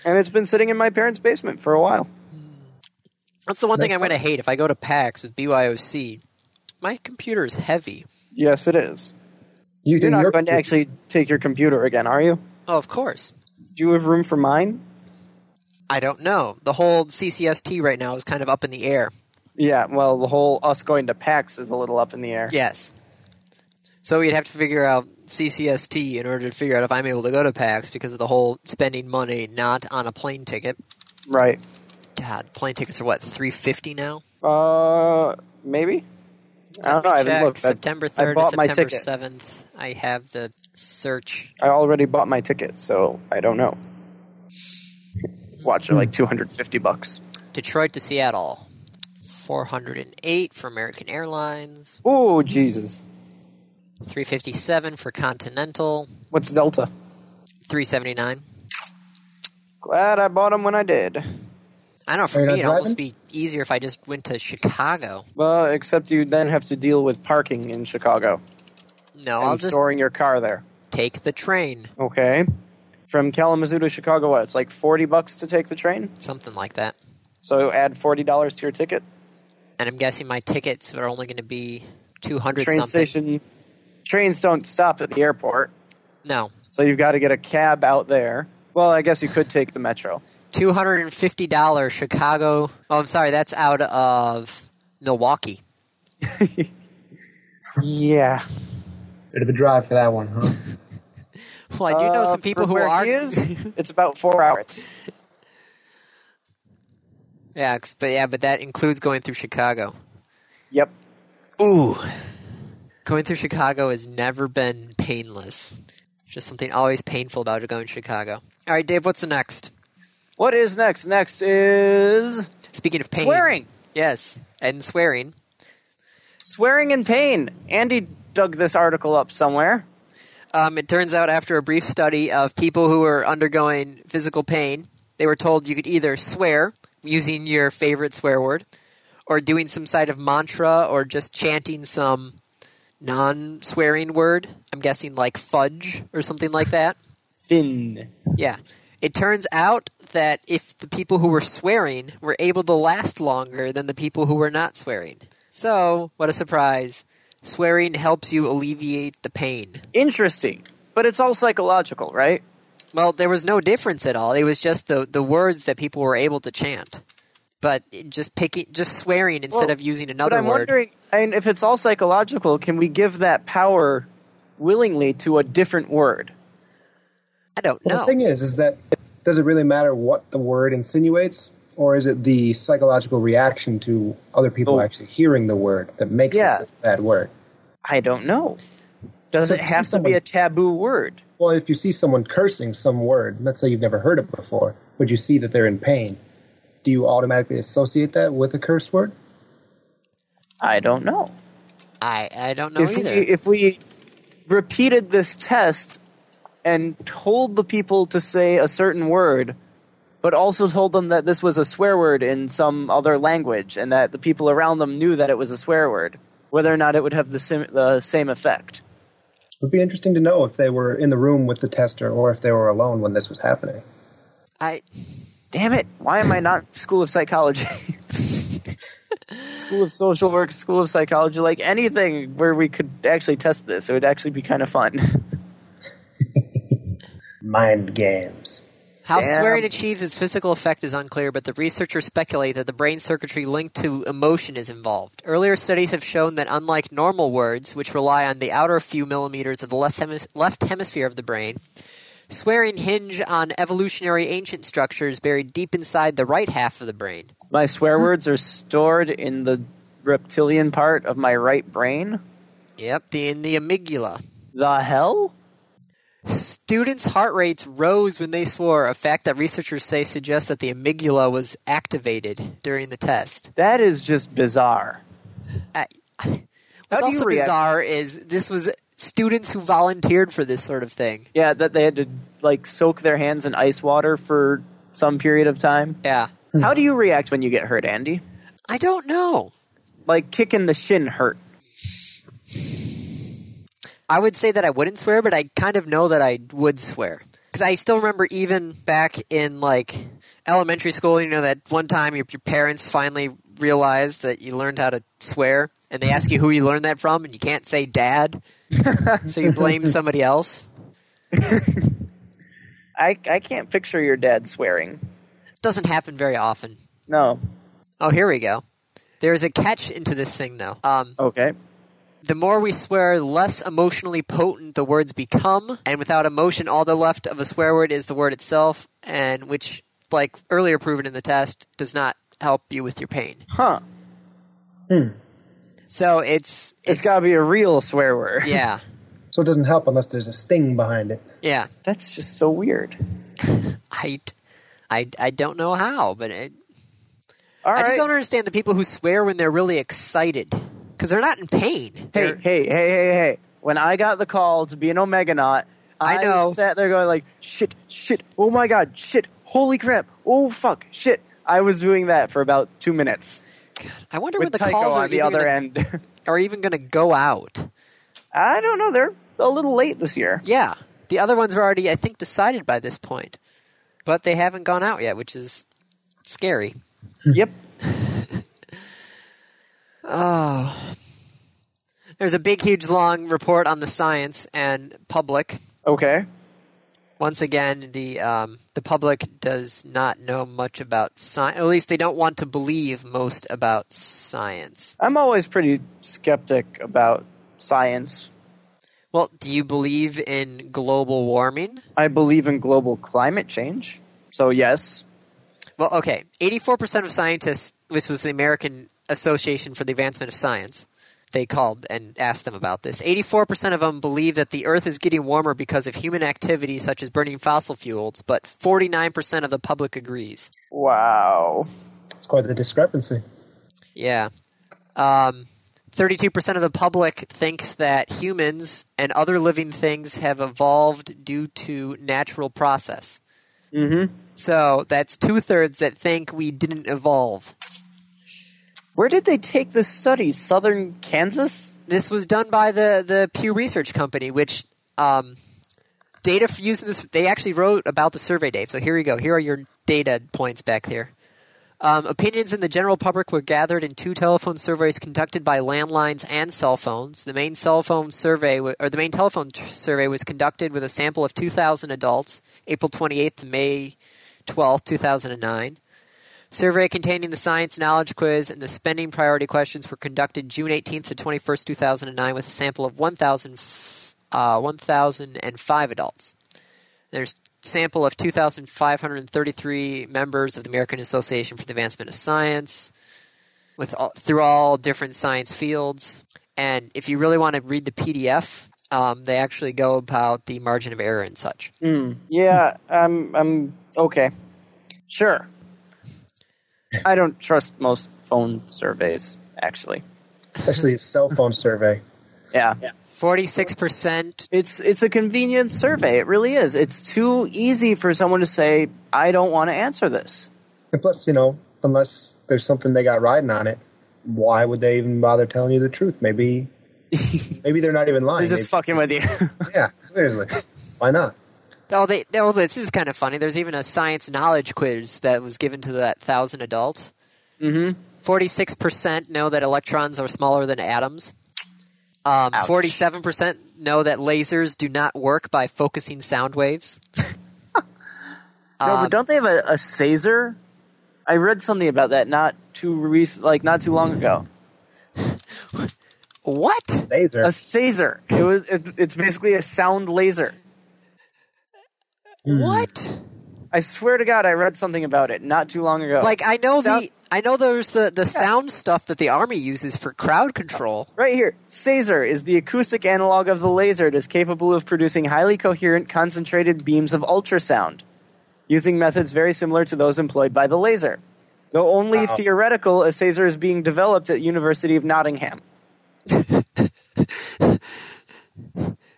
and it's been sitting in my parents' basement for a while. That's the one thing Next I'm going to hate. If I go to PAX with BYOC, my computer is heavy. Yes, it is. You You're think not your- going to actually take your computer again, are you? Oh, of course. Do you have room for mine? I don't know. The whole CCST right now is kind of up in the air. Yeah, well, the whole us going to PAX is a little up in the air. Yes. So we'd have to figure out CCST in order to figure out if I'm able to go to PAX because of the whole spending money not on a plane ticket. Right. God, plane tickets are what three fifty now. Uh, maybe? I don't know. I Let me haven't check. looked. I- September I third to bought my September ticket. seventh. I have the search. I already bought my ticket, so I don't know. Watch, they're like 250 bucks. Detroit to Seattle, four hundred and eight for American Airlines, Ooh, Jesus. three fifty seven for Continental, What's Delta? three seventy nine. Glad I bought them when I did. I don't know. For Are you me, not it'd almost be easier if I just went to Chicago. Well, except you then have to deal with parking in Chicago No, and I'll just storing your car there. take the train, Okay. From Kalamazoo to Chicago, what? It's like 40 bucks to take the train? something like that. So add $40 to your ticket? And I'm guessing my tickets are only going to be two hundred Train something. station. Trains don't stop at the airport, No, so you've got to get a cab out there. Well, I guess you could take the metro. two hundred and fifty dollar Chicago. Oh, I'm sorry, that's out of Milwaukee. Yeah. Bit of a drive for that one, huh? Well, I do know some people who Uh, where are. He is, it's about four hours. Yeah, 'cause- but yeah, but that includes going through Chicago. Yep. Ooh, going through Chicago has never been painless. Just something always painful about going to Chicago. All right, Dave, what's the next? What is next? Next is Speaking of pain, swearing. Yes, and swearing. Swearing and pain. Andy dug this article up somewhere. Um, it turns out after a brief study of people who were undergoing physical pain, they were told you could either swear using your favorite swear word, or doing some side of mantra, or just chanting some non-swearing word. I'm guessing like fudge or something like that. Thin. Yeah. It turns out that if the people who were swearing were able to last longer than the people who were not swearing. So, what a surprise. Swearing helps you alleviate the pain. Interesting. But it's all psychological, right? Well, there was no difference at all. It was just the, the words that people were able to chant. But it- just picking, just swearing instead Well, of using But another I'm word. wondering, and if it's all psychological, can we give that power willingly to a different word? I don't Well, know. the thing is, is that does it really matter what the word insinuates, or is it the psychological reaction to other people Oh. actually hearing the word that makes Yeah. it such a bad word? I don't know. Does So it see have to be someone- a taboo word? Well, if you see someone cursing some word, let's say you've never heard it before, but you see that they're in pain, do you automatically associate that with a curse word? I don't know. I, I don't know if either. we if we repeated this test and told the people to say a certain word, but also told them that this was a swear word in some other language, and that the people around them knew that it was a swear word, whether or not it would have the, sim- the same effect. It would be interesting to know if they were in the room with the tester or if they were alone when this was happening. I, Damn it! Why am I not in School of Psychology? School of Social Work, School of Psychology, like anything where we could actually test this. It would actually be kind of fun. Mind games. How Damn. swearing achieves its physical effect is unclear, but the researchers speculate that the brain circuitry linked to emotion is involved. Earlier studies have shown that unlike normal words, which rely on the outer few millimeters of the less hemis- left hemisphere of the brain, swearing hinge on evolutionary ancient structures buried deep inside the right half of the brain. My swear words are stored in the reptilian part of my right brain. Yep, the- in the amygdala. The hell? Students' heart rates rose when they swore, a fact that researchers say suggests that the amygdala was activated during the test. That is just bizarre. I, How what's do you also react- bizarre is this was students who volunteered for this sort of thing. Yeah, that they had to like soak their hands in ice water for some period of time. Yeah, How do you react when you get hurt, Andy? I don't know. Like kicking the shin hurt. I would say that I wouldn't swear, but I kind of know that I would swear because I still remember even back in like elementary school. You know that one time your, your parents finally realized that you learned how to swear, and they ask you who you learned that from, and you can't say dad, so you blame somebody else. I I can't picture your dad swearing. Doesn't happen very often. No. Oh, here we go. There is a catch into this thing though. Um, Okay. The more we swear, less emotionally potent the words become, and without emotion, all the left of a swear word is the word itself, and which, like earlier proven in the test, does not help you with your pain. Huh. So it's it's got to be a real swear word. yeah So it doesn't help unless there's a sting behind it. yeah. That's just so weird. I, I, I don't know how, but it, All I right. just don't understand the people who swear when they're really excited because they're not in pain. hey, They're- hey, hey, hey, hey. When I got the call to be an Omega Knot, I I, know. sat there going like, shit, shit, oh my god, shit, holy crap, oh fuck, shit. I was doing that for about two minutes I wonder when with the Tycho calls are on the even other gonna, end. are even going to go out. I don't know. They're a little late this year. Yeah. The other ones were already, I think, decided by this point. But they haven't gone out yet, which is scary. yep. There's a big, huge, long report on the science and public. Okay. Once again, the um, the public does not know much about science. At least they don't want to believe most about science. I'm always pretty skeptic about science. Well, do you believe in global warming? I believe in global climate change. So yes. Well, okay. 84% of scientists, this was the American Association for the Advancement of Science, they called and asked them about this. 84% of them believe that the Earth is getting warmer because of human activity such as burning fossil fuels, but 49% of the public agrees. Wow. It's quite the discrepancy. Yeah. Um, 32% of the public think that humans and other living things have evolved due to natural process. Mhm. So that's two thirds that think we didn't evolve. Where did they take this study? Southern Kansas? this was done by the, the Pew Research Company, which um, data for using this, they actually wrote about the survey, Dave. So here we go. Here are your data points back there. Um, opinions in the general public were gathered in two telephone surveys conducted by landlines and cell phones. The main cell phone survey, wa- or the main telephone t- survey, was conducted with a sample of 2,000 adults, April 28th to May 12th, 2009. Survey containing the science knowledge quiz and the spending priority questions were conducted June 18th to 21st, 2009, with a sample of 1,000, f- uh, 1,005 adults. There's a sample of 2,533 members of the American Association for the Advancement of Science, with all, through all different science fields. And if you really want to read the PDF, um, they actually go about the margin of error and such. Hmm. Yeah, I'm I'm okay. Sure. I don't trust most phone surveys, actually. Especially a cell phone survey. Yeah. 46% It's it's a convenient survey. It really is. It's too easy for someone to say, I don't want to answer this. And plus, you know, unless there's something they got riding on it, why would they even bother telling you the truth? Maybe, maybe they're not even lying. They're just They- fucking with you. Yeah, seriously. why not? Oh, they, oh, this is kind of funny. There's even a science knowledge quiz that was given to that thousand adults. Mhm. Forty-six percent know that electrons are smaller than atoms. Um, Ouch. Forty-seven percent know that lasers do not work by focusing sound waves. No, Um, but don't they have a, a Caesar? I read something about that not too recent, like not too long ago. What? Laser. A Caesar. It was. It, it's basically a sound laser. What? I swear to God, I read something about it not too long ago. Like I know Sound- the I know there's the the sound stuff that the army uses for crowd control. right here, Caesar is the acoustic analog of the laser. It is capable of producing highly coherent, concentrated beams of ultrasound, using methods very similar to those employed by the laser. Though only Wow. theoretical, a Caesar is being developed at University of Nottingham.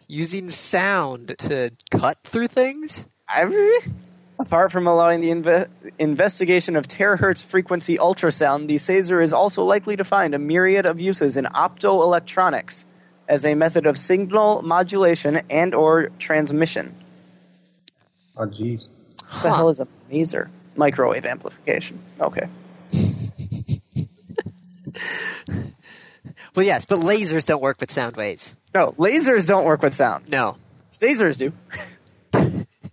Using sound to cut through things? I- Apart from allowing the inve- investigation of terahertz frequency ultrasound, the Caesar is also likely to find a myriad of uses in optoelectronics as a method of signal modulation and or transmission. Oh, jeez. What the hell is a maser? Microwave amplification. Okay. Well, yes, but lasers don't work with sound waves. No, lasers don't work with sound. No. Caesars do.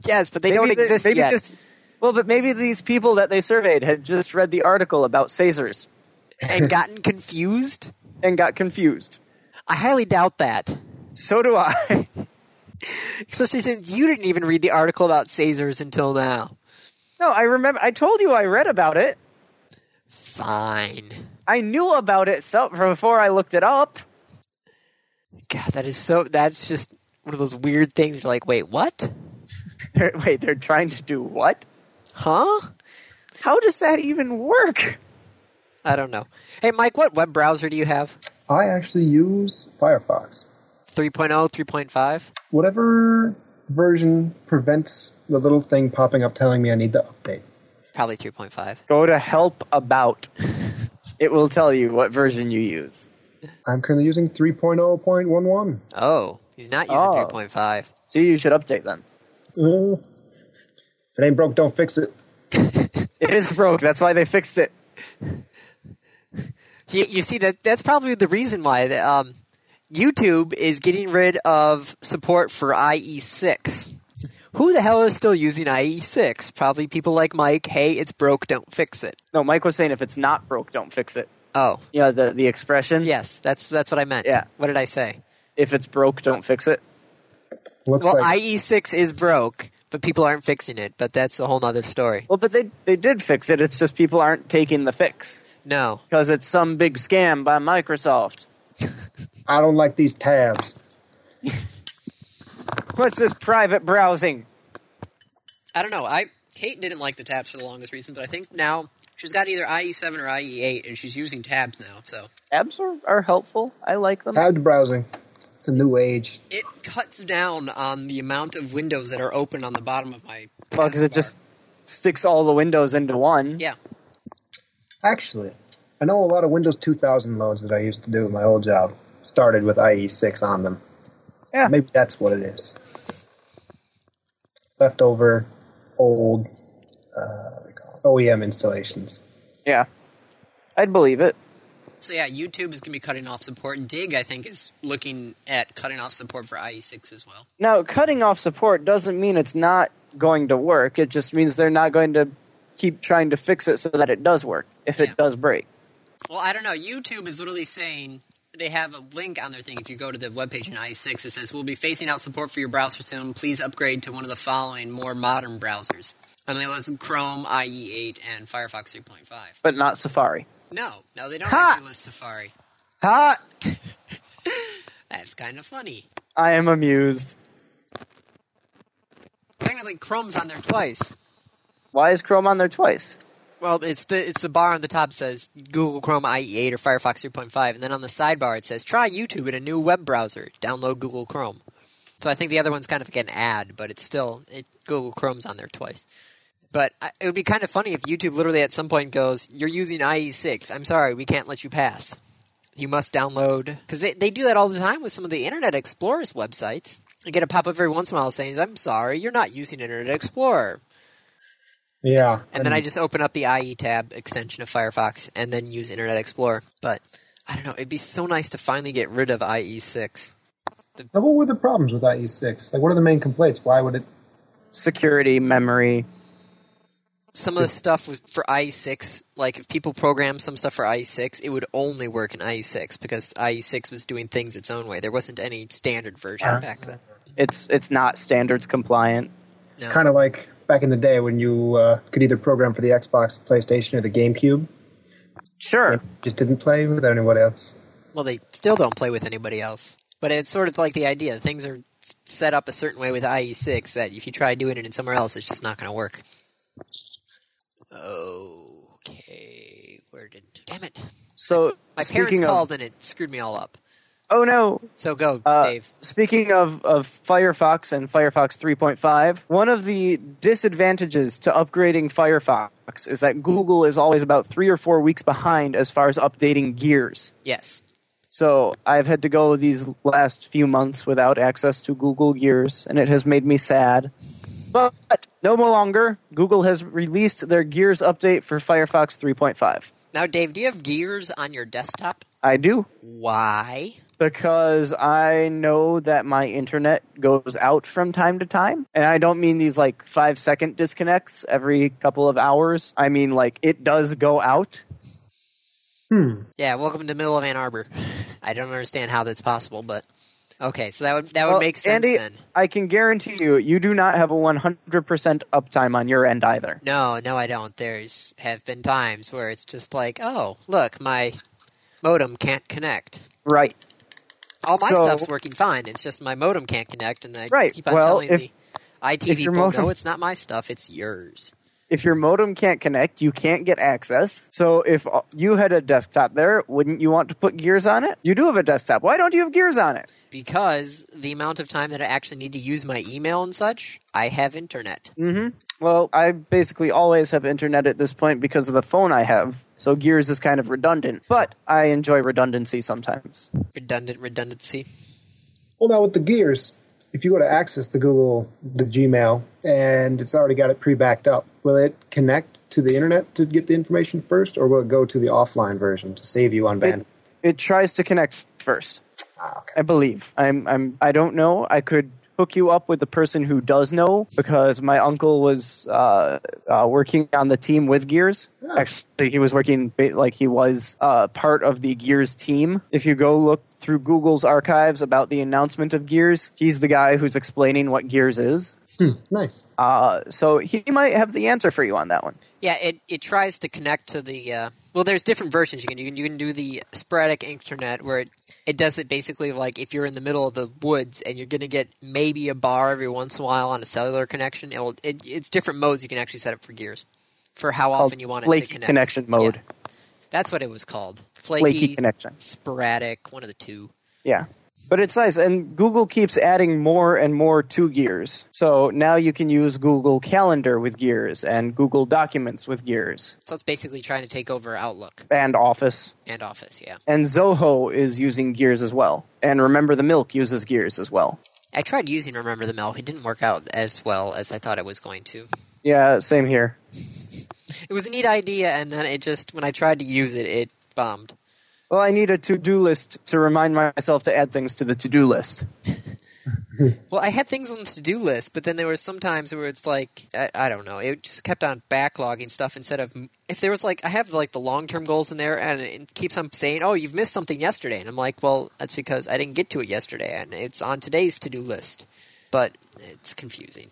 Yes, but they Maybe don't the- exist maybe yet. this- well, but maybe these people that they surveyed had just read the article about Caesars and gotten confused? and got confused. I highly doubt that. So do I. Especially since you didn't even read the article about Caesars until now. No, I remember. I told you I read about it. Fine. I knew about it so from before I looked it up. God, that is so. That's just one of those weird things. You're like, wait, what? They're, wait, they're trying to do what? Huh? How does that even work? I don't know. Hey, Mike, what web browser do you have? I actually use Firefox. 3.0, 3.5? Whatever version prevents the little thing popping up telling me I need to update. Probably 3.5. Go to help about. it will tell you what version you use. I'm currently using 3.0.11. Oh, he's not using Oh. 3.5. So you should update then. Uh, if it ain't broke, don't fix it. It is broke. That's why they fixed it. You, you see that that's probably the reason why that, um, YouTube is getting rid of support for IE6. Who the hell is still using IE6? Probably people like Mike. Hey, it's broke. Don't fix it. No, Mike was saying if it's not broke, don't fix it. Oh, Yeah, the the expression. yes, that's that's what I meant. Yeah. What did I say? If it's broke, don't fix it. Looks Well, like IE6 is broke, but people aren't fixing it. But that's a whole nother story. Well, but they they did fix it. It's just people aren't taking the fix No, because it's some big scam by Microsoft. I don't like these tabs. What's this private browsing? I don't know. I Kate didn't like the tabs for the longest reason, but I think now she's got either IE7 or IE8, and she's using tabs now. So Tabs are, are helpful. I like them. Tabbed browsing. It's a new age. it cuts down on the amount of windows that are open on the bottom of my. Well, because it taskbar. just sticks all the windows into one. Yeah. Actually, I know a lot of Windows 2000 loads that I used to do in my old job started with IE6 on them. Yeah. Maybe that's what it is. Leftover old uh, what do they call it? OEM installations. Yeah. I'd believe it. So yeah, YouTube is going to be cutting off support. Dig, I think, is looking at cutting off support for IE6 as well. Now, cutting off support doesn't mean it's not going to work. It just means they're not going to keep trying to fix it so that it does work if Yeah. it does break. Well, I don't know. YouTube is literally saying they have a link on their thing. If you go to the webpage in IE6, it says, We'll be phasing out support for your browser soon. Please upgrade to one of the following more modern browsers. And they list Chrome, IE8, and Firefox 3.5. But not Safari. No, no, they don't Ha! actually list Safari. Ha! That's kind of funny. I am amused. Technically, Chrome's on there twice. Why is Chrome on there twice? Well, it's the it's the bar on the top says Google Chrome IE8 or Firefox 3.5, and then on the sidebar it says try YouTube in a new web browser. Download Google Chrome. So I think the other one's kind of like an ad, but it's still it, Google Chrome's on there twice. But I, it would be kind of funny if YouTube literally at some point goes, "You're using IE6. I'm sorry, we can't let you pass. You must download." Because they they do that all the time with some of the Internet Explorer's websites. I get a pop up every once in a while saying, "I'm sorry, you're not using Internet Explorer." Yeah. and then I just open up the IE tab extension of Firefox and then use Internet Explorer. But I don't know, it'd be so nice to finally get rid of IE six. Now, what were the problems with IE6? Like, what are the main complaints? Why would it? Security, memory. Some of the stuff was for IE six, like if people programmed some stuff for IE six, it would only work in IE six because IE six was doing things its own way. There wasn't any standard version back then. It's it's not standards compliant. No. Kind of like back in the day when you uh, could either program for the Xbox, PlayStation, or the GameCube. Sure. Just didn't play with anyone else. Well, they still don't play with anybody else. But it's sort of like the idea things are s- set up a certain way with IE6 that if you try doing it in somewhere else, it's just not going to work. Okay, where did? Damn it! So My speaking parents of, called and it screwed me all up. Oh no. So go, Uh, Dave. Speaking of, of Firefox and Firefox 3.5, one of the disadvantages to upgrading Firefox is that Google is always about three or four weeks behind as far as updating gears. Yes. So I've had to go these last few months without access to Google Gears, and it has made me sad. But no more longer. Google has released their Gears update for Firefox 3.5. Now, Dave, do you have Gears on your desktop? I do Why? because I know that my internet goes out from time to time. And I don't mean these like five second disconnects every couple of hours. I mean like it does go out. Yeah, welcome to middle of Ann Arbor. I don't understand how that's possible, but okay. So that would that would Well, make sense Andy, then. I can guarantee you, you do not have a 100% uptime on your end either. No, no, I don't. There's have been times where it's just like, oh, look, my modem can't connect. Right. All my So- stuff's working fine. It's just my modem can't connect, and I Right. keep on Well, telling if- the IT if your people, modem- no, it's not my stuff. It's yours. If your modem can't connect, you can't get access. So if uh, you had a desktop there, wouldn't you want to put gears on it? You do have a desktop. Why don't you have gears on it? Because the amount of time that I actually need to use my email and such, I have internet. Mm. Well, I basically always have internet at this point because of the phone I have. So Gears is kind of redundant, but I enjoy redundancy sometimes. Redundant redundancy. Well, now with the gears, if you go to access the Google, the Gmail, and it's already got it pre-backed up, will it connect to the internet to get the information first, or will it go to the offline version to save you on bandwidth? It, it tries to connect first, Ah, okay. I believe. I'm I'm I don't know. I could hook you up with the person who does know because my uncle was uh, uh, working on the team with Gears. Yeah. Actually, he was working ba- like he was uh, part of the Gears team. If you go look through Google's archives about the announcement of Gears, he's the guy who's explaining what Gears is. Nice. Uh, so he might have the answer for you on that one. Yeah, it, it tries to connect to the. Uh, well, there's different versions you can do. You can, you can do the sporadic internet where it, it does it basically like if you're in the middle of the woods and you're going to get maybe a bar every once in a while on a cellular connection. It will, it, it's different modes you can actually set up for gears for how often you want it Flaky to connect. connection mode, That's what it was called. Flaky, flaky connection. sporadic, one of the two. Yeah. But it's nice, and Google keeps adding more and more to Gears. So now you can use Google Calendar with Gears and Google Documents with Gears So it's basically trying to take over Outlook and Office. and Office, yeah. And Zoho is using Gears as well. And Remember the Milk uses Gears as well. I tried using Remember the Milk. It didn't work out as well as I thought it was going to. Yeah, same here. It was a neat idea, and then it just when I tried to use it, it bombed. Well, I need a to do list to remind myself to add things to the to do list. Well, I had things on the to-do list, but then there were some times where it's like I, I don't know. It just kept on backlogging stuff instead of if there was like I have like the long-term goals in there, and it keeps on saying, "Oh, you've missed something yesterday," and I'm like, "Well, that's because I didn't get to it yesterday, and it's on today's to-do list." But it's confusing.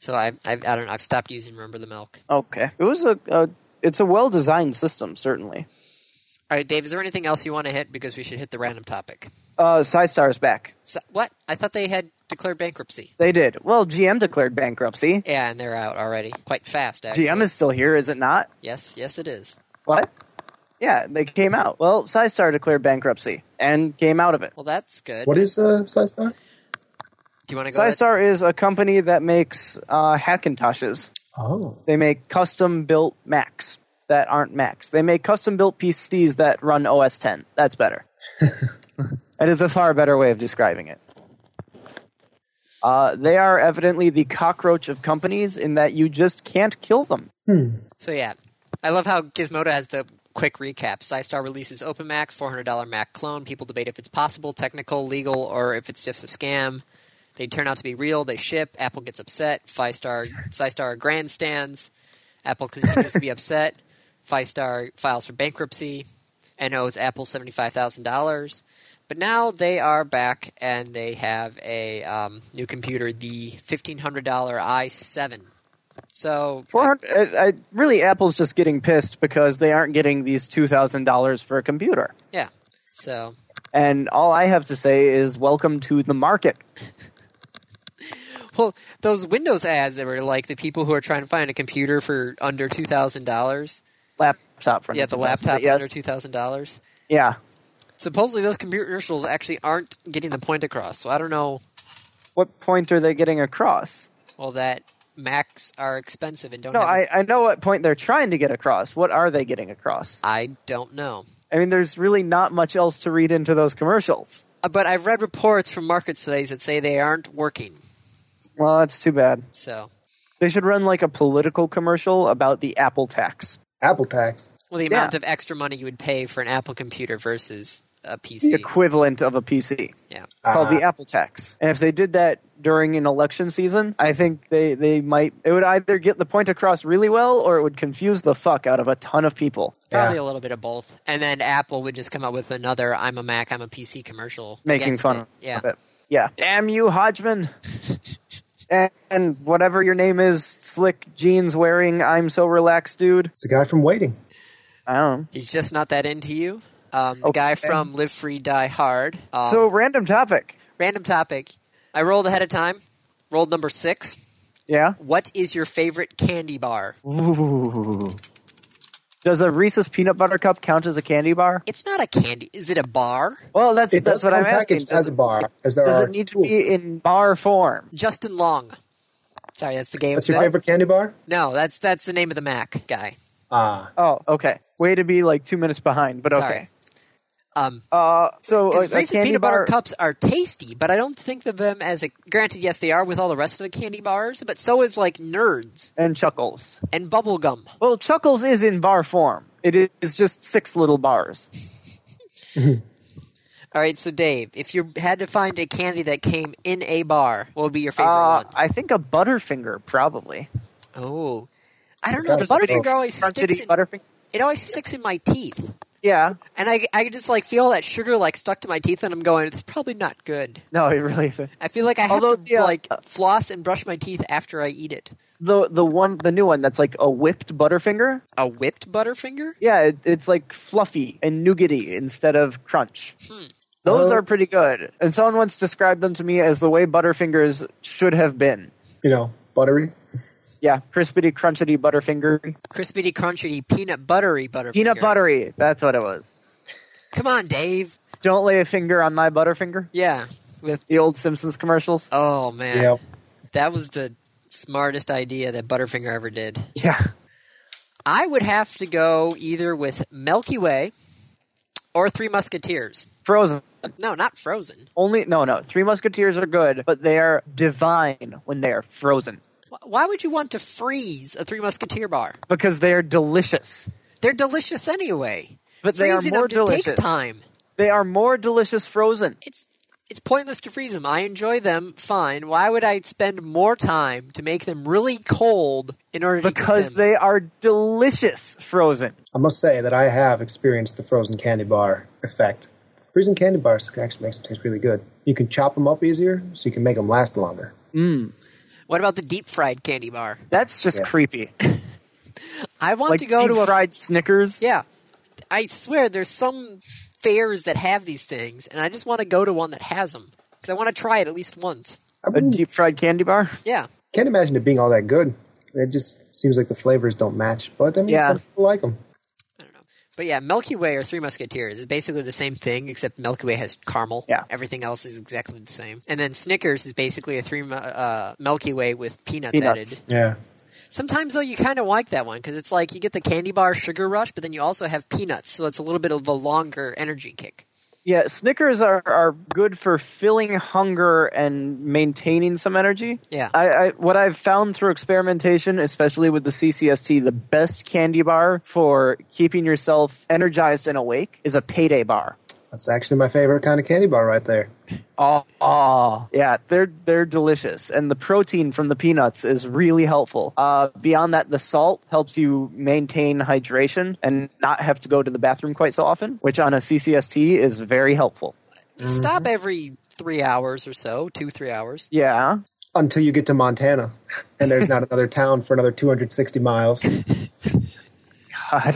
So I, I I don't know. I've stopped using Remember the Milk. Okay. It was a, a it's a well designed system, certainly. All right, Dave. Is there anything else you want to hit? Because we should hit the random topic. Uh, SciStar is back. So, what? I thought they had declared bankruptcy. They did. Well, GM declared bankruptcy. Yeah, and they're out already. Quite fast, actually. GM is still here, is it not? Yes, yes, it is. What? Yeah, they came out. Well, SciStar declared bankruptcy and came out of it. Well, that's good. What is uh, SciStar? Do you want to go? ahead? SciStar is a company that makes uh, Hackintoshes. Oh, They make custom built Macs that aren't Macs. They make custom built PCs that run OS 10. That's better. That is a far better way of describing it. Uh, they are evidently the cockroach of companies in that you just can't kill them. So yeah, I love how Gizmodo has the quick recap. SciStar releases OpenMac, four hundred dollar Mac clone. People debate if it's possible, technical, legal, or if it's just a scam. They turn out to be real. They ship. Apple gets upset. Five-star, SciStar grandstands. Apple continues to be upset. Five-star files for bankruptcy and owes Apple seventy-five thousand dollars. But now they are back and they have a um, new computer, the fifteen hundred dollar i7. So Four hundred. I, I, really, Apple's just getting pissed because they aren't getting these two thousand dollars for a computer. yeah, so And all I have to say is, welcome to the market. Well, those Windows ads that were like the people who are trying to find a computer for under two thousand dollars. Laptop for Yeah, the 2,000, laptop yes. under two thousand dollars. Yeah. Supposedly, those commercials actually aren't getting the point across. So I don't know. What point are they getting across? Well, that Macs are expensive and don't. No, have I, I know what point they're trying to get across. What are they getting across? I don't know. I mean, there's really not much else to read into those commercials. Uh, But I've read reports from market studies that say they aren't working. Well, that's too bad. So, They should run like a political commercial about the Apple tax. Apple tax. well, the Yeah. amount of extra money you would pay for an Apple computer versus a The PC. equivalent of a PC. yeah. It's called Ah. the Apple tax. And if they did that during an election season, I think they, they might it would either get the point across really well or it would confuse the fuck out of a ton of people. Probably Yeah. a little bit of both. And then Apple would just come up with another I'm a Mac, I'm a PC commercial. Making against fun it. of Yeah. it. Yeah. Damn you, Hodgman. and, and whatever your name is, slick jeans wearing, I'm so relaxed, dude. It's the guy from Waiting. I don't know. He's just not that into you. Um, the guy from Live Free, Die Hard. Um, So random topic. random topic. I rolled ahead of time. Rolled number six. Yeah. What is your favorite candy bar? Ooh. Does a Reese's peanut butter cup count as a candy bar? It's not a candy. Is it a bar? Well, that's It that's does what I'm come asking. packaged As Does a it, bar, as there does are it need to Ooh, be in bar form? Justin Long. Sorry, that's the game. That's your that- favorite candy bar? No, that's that's the name of the Mac guy. Ah, Oh, okay. Way to be like two minutes behind, but okay. Sorry. Um, Uh, so a, a Because Reese's candy peanut bar. butter cups are tasty, but I don't think of them as a. Granted, yes, they are with all the rest of the candy bars, but so is like Nerds and Chuckles. and bubblegum. Well, Chuckles is in bar form. It is just six little bars. All right, so Dave, if you had to find a candy that came in a bar, what would be your favorite Uh, one? I think a Butterfinger probably. Oh, I don't know. The That's a big Butterfinger always Crunchity sticks. In, Butterfinger. it always sticks in my teeth, Yeah. and I I just like feel that sugar like stuck to my teeth, and I'm going, it's probably not good. No, it really isn't. I feel like I have Although, to yeah. like floss and brush my teeth after I eat it. The the one the new one that's like a whipped Butterfinger. A whipped Butterfinger? Yeah, it, it's like fluffy and nougaty instead of crunch. Hmm. Those Oh. are pretty good. And someone once described them to me as the way Butterfingers should have been. you know, buttery. Yeah, crispity, crunchity, Butterfinger, Crispity, crunchy, peanut buttery Butterfinger. peanut buttery. That's what it was. Come on, Dave. Don't lay a finger on my Butterfinger. Yeah. With The old Simpsons commercials. oh man, Yeah. that was the smartest idea that Butterfinger ever did. Yeah, I would have to go either with Milky Way or Three Musketeers. Frozen. No, not Frozen. Only no, no. Three Musketeers are good, but they are divine when they are frozen Wh- Why would you want to freeze a Three Musketeer bar? because they are delicious. They're delicious anyway. But they are Freezing more them just delicious. takes time. They are more delicious frozen. It's it's pointless to freeze them. I enjoy them fine. Why would I spend more time to make them really cold in order to eat because them? they are delicious frozen. I must say that I have experienced the frozen candy bar effect. Freezing candy bars actually makes them taste really good. You can chop them up easier, so you can make them last longer. What about the deep fried candy bar? That's just Yeah. creepy. I want Like to go to a fried Snickers. Yeah. I swear there's some fairs that have these things, and I just want to go to one that has them because I want to try it at least once. I A wouldn't- deep fried candy bar. Yeah. can't imagine it being all that good. It just seems like the flavors don't match, but I mean, Yeah. some people like them. I don't know. But yeah, Milky Way or Three Musketeers is basically the same thing, except Milky Way has caramel. Yeah. Everything else is exactly the same. And then Snickers is basically a Three mu- uh, Milky Way with peanuts, Peanuts. added. Yeah. Sometimes, though, you kind of like that one because it's like you get the candy bar sugar rush, but then you also have peanuts, so it's a little bit of a longer energy kick. Yeah, Snickers are, are good for filling hunger and maintaining some energy. Yeah. I, I what I've found through experimentation, especially with the CCST, the best candy bar for keeping yourself energized and awake is a payday bar. That's actually my favorite kind of candy bar right there. Oh, oh. yeah, they're they're delicious, and the protein from the peanuts is really helpful. Uh, beyond that, the salt helps you maintain hydration and not have to go to the bathroom quite so often, which on a CCST is very helpful. Stop Mm-hmm. every three hours or so, two, three hours. Yeah, Until you get to Montana, and there's not another town for another 260 miles. God.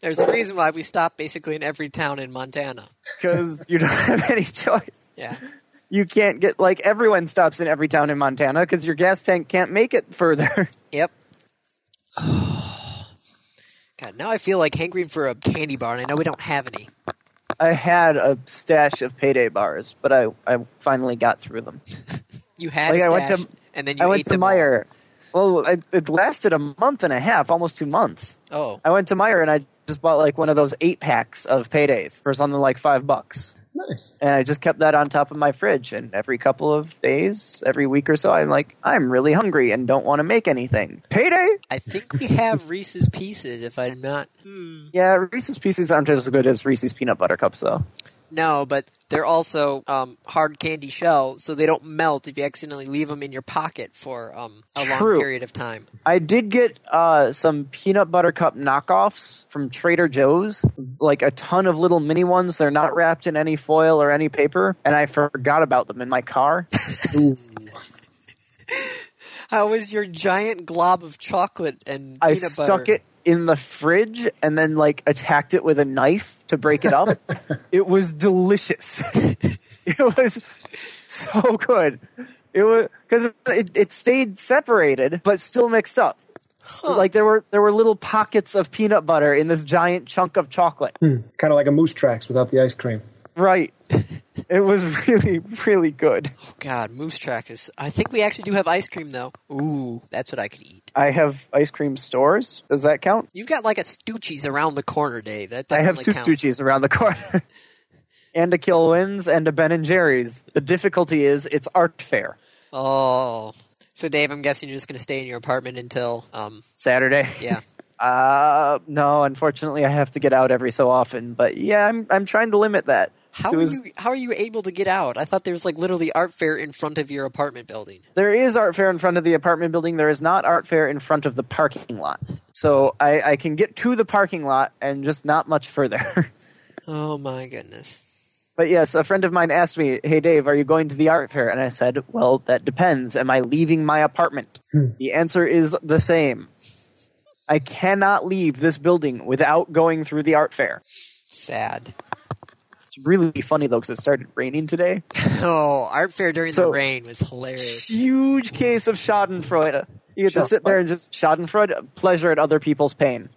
There's a reason why we stop basically in every town in Montana. because you don't have any choice. Yeah. You can't get like everyone stops in every town in Montana because your gas tank can't make it further. Yep. God, now I feel like hankering for a candy bar, and I know we don't have any. I had a stash of payday bars, but I, I finally got through them. You had Like, a I went stash, to- and then you I ate went to them all. Meyer. Well, I, it lasted a month and a half, almost two months. Oh, I went to Meyer and I just bought like one of those eight packs of paydays for something like five bucks. Nice. And I just kept that on top of my fridge. And every couple of days, every week or so, I'm like, I'm really hungry and don't want to make anything. Payday? I think we have Reese's Pieces. If I'm not, Yeah, Reese's Pieces aren't as good as Reese's Peanut Butter Cups, though. no, but they're also um, hard candy shell, so they don't melt if you accidentally leave them in your pocket for um, a long True. period of time. I did get uh, some Peanut Butter Cup knockoffs from Trader Joe's, like a ton of little mini ones. They're not wrapped in any foil or any paper, and I forgot about them in my car. How is your giant glob of chocolate and I peanut stuck butter? it in the fridge and then like attacked it with a knife to break it up. it was delicious. it was so good. It was because it, it stayed separated but still mixed up. Like there were there were little pockets of peanut butter in this giant chunk of chocolate. Kind of like a moose tracks without the ice cream. Right. it was really really good. Oh God, Moose Track is. I think we actually do have ice cream though. Ooh, that's what I could eat. I have ice cream stores. Does that count? You've got like a Stoochie's around the corner, Dave. That I definitely have two counts. Stooges around the corner. and a Kilwins and a Ben and Jerry's. The difficulty is it's art fair Oh, so Dave, I'm guessing you're just going to stay in your apartment until um, Saturday. yeah. Uh no, unfortunately I have to get out every so often, but yeah, I'm I'm trying to limit that. How It are was- you? How are you able to get out? I thought there was like literally art fair in front of your apartment building. There is art fair in front of the apartment building. There is not art fair in front of the parking lot. So I, I can get to the parking lot and just not much further. Oh my goodness. But yes, a friend of mine asked me, Hey Dave, are you going to the art fair? And I said, Well, that depends. Am I leaving my apartment? The answer is the same. I cannot leave this building without going through the art fair. Sad. It's really funny though, because it started raining today. Oh, art fair during the So- rain was hilarious. Huge case of Schadenfreude. You get to sit there and just Schadenfreude, pleasure at other people's pain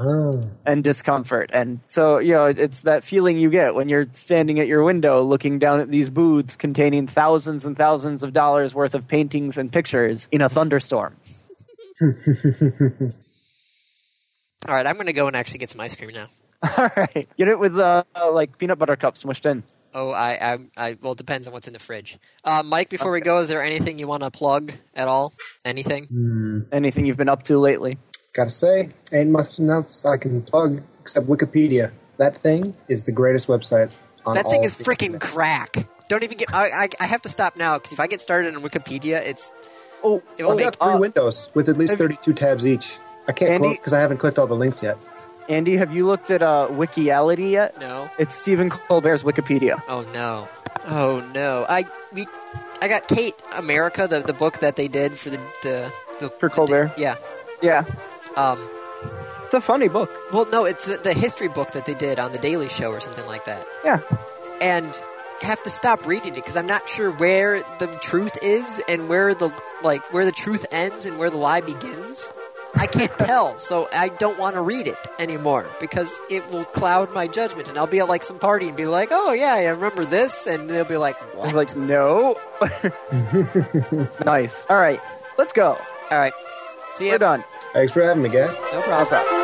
Oh. and discomfort. And so, you know, it's that feeling you get when you're standing at your window looking down at these booths containing thousands and thousands of dollars worth of paintings and pictures in a thunderstorm. All right, I'm going to go and actually get some ice cream now. All right. Get it with, uh, uh, like, peanut butter cups mushed in. Oh, I, I, I well, it depends on what's in the fridge. Uh, Mike, before we go, is there anything you want to plug at all? Anything? Anything you've been up to lately. Gotta say, ain't much else I can plug except Wikipedia. That thing is the greatest website on That thing all is the freaking internet. crack. Don't even get. I, I, I have to stop now because if I get started on Wikipedia, it's Oh, It will oh I've got three uh, windows with at least have- 32 tabs each. I can't Andy- close because I haven't clicked all the links yet. Andy, have you looked at uh, Wikiality yet? no. It's Stephen Colbert's Wikipedia. Oh no. Oh no. I we I got Kate America the the book that they did for the the, the For Colbert. yeah. Yeah. Um. It's a funny book. Well, no, it's the, the history book that they did on the Daily Show or something like that. Yeah. And I have to stop reading it because I'm not sure where the truth is and where the like where the truth ends and where the lie begins. I can't tell, so I don't want to read it anymore because it will cloud my judgment. And I'll be at like some party and be like, "Oh yeah, I remember this," and they'll be like, I "What?" was like, no. nice. All right. Let's go. All right, see We're you. done. Thanks for having me, guys. No No problem. problem.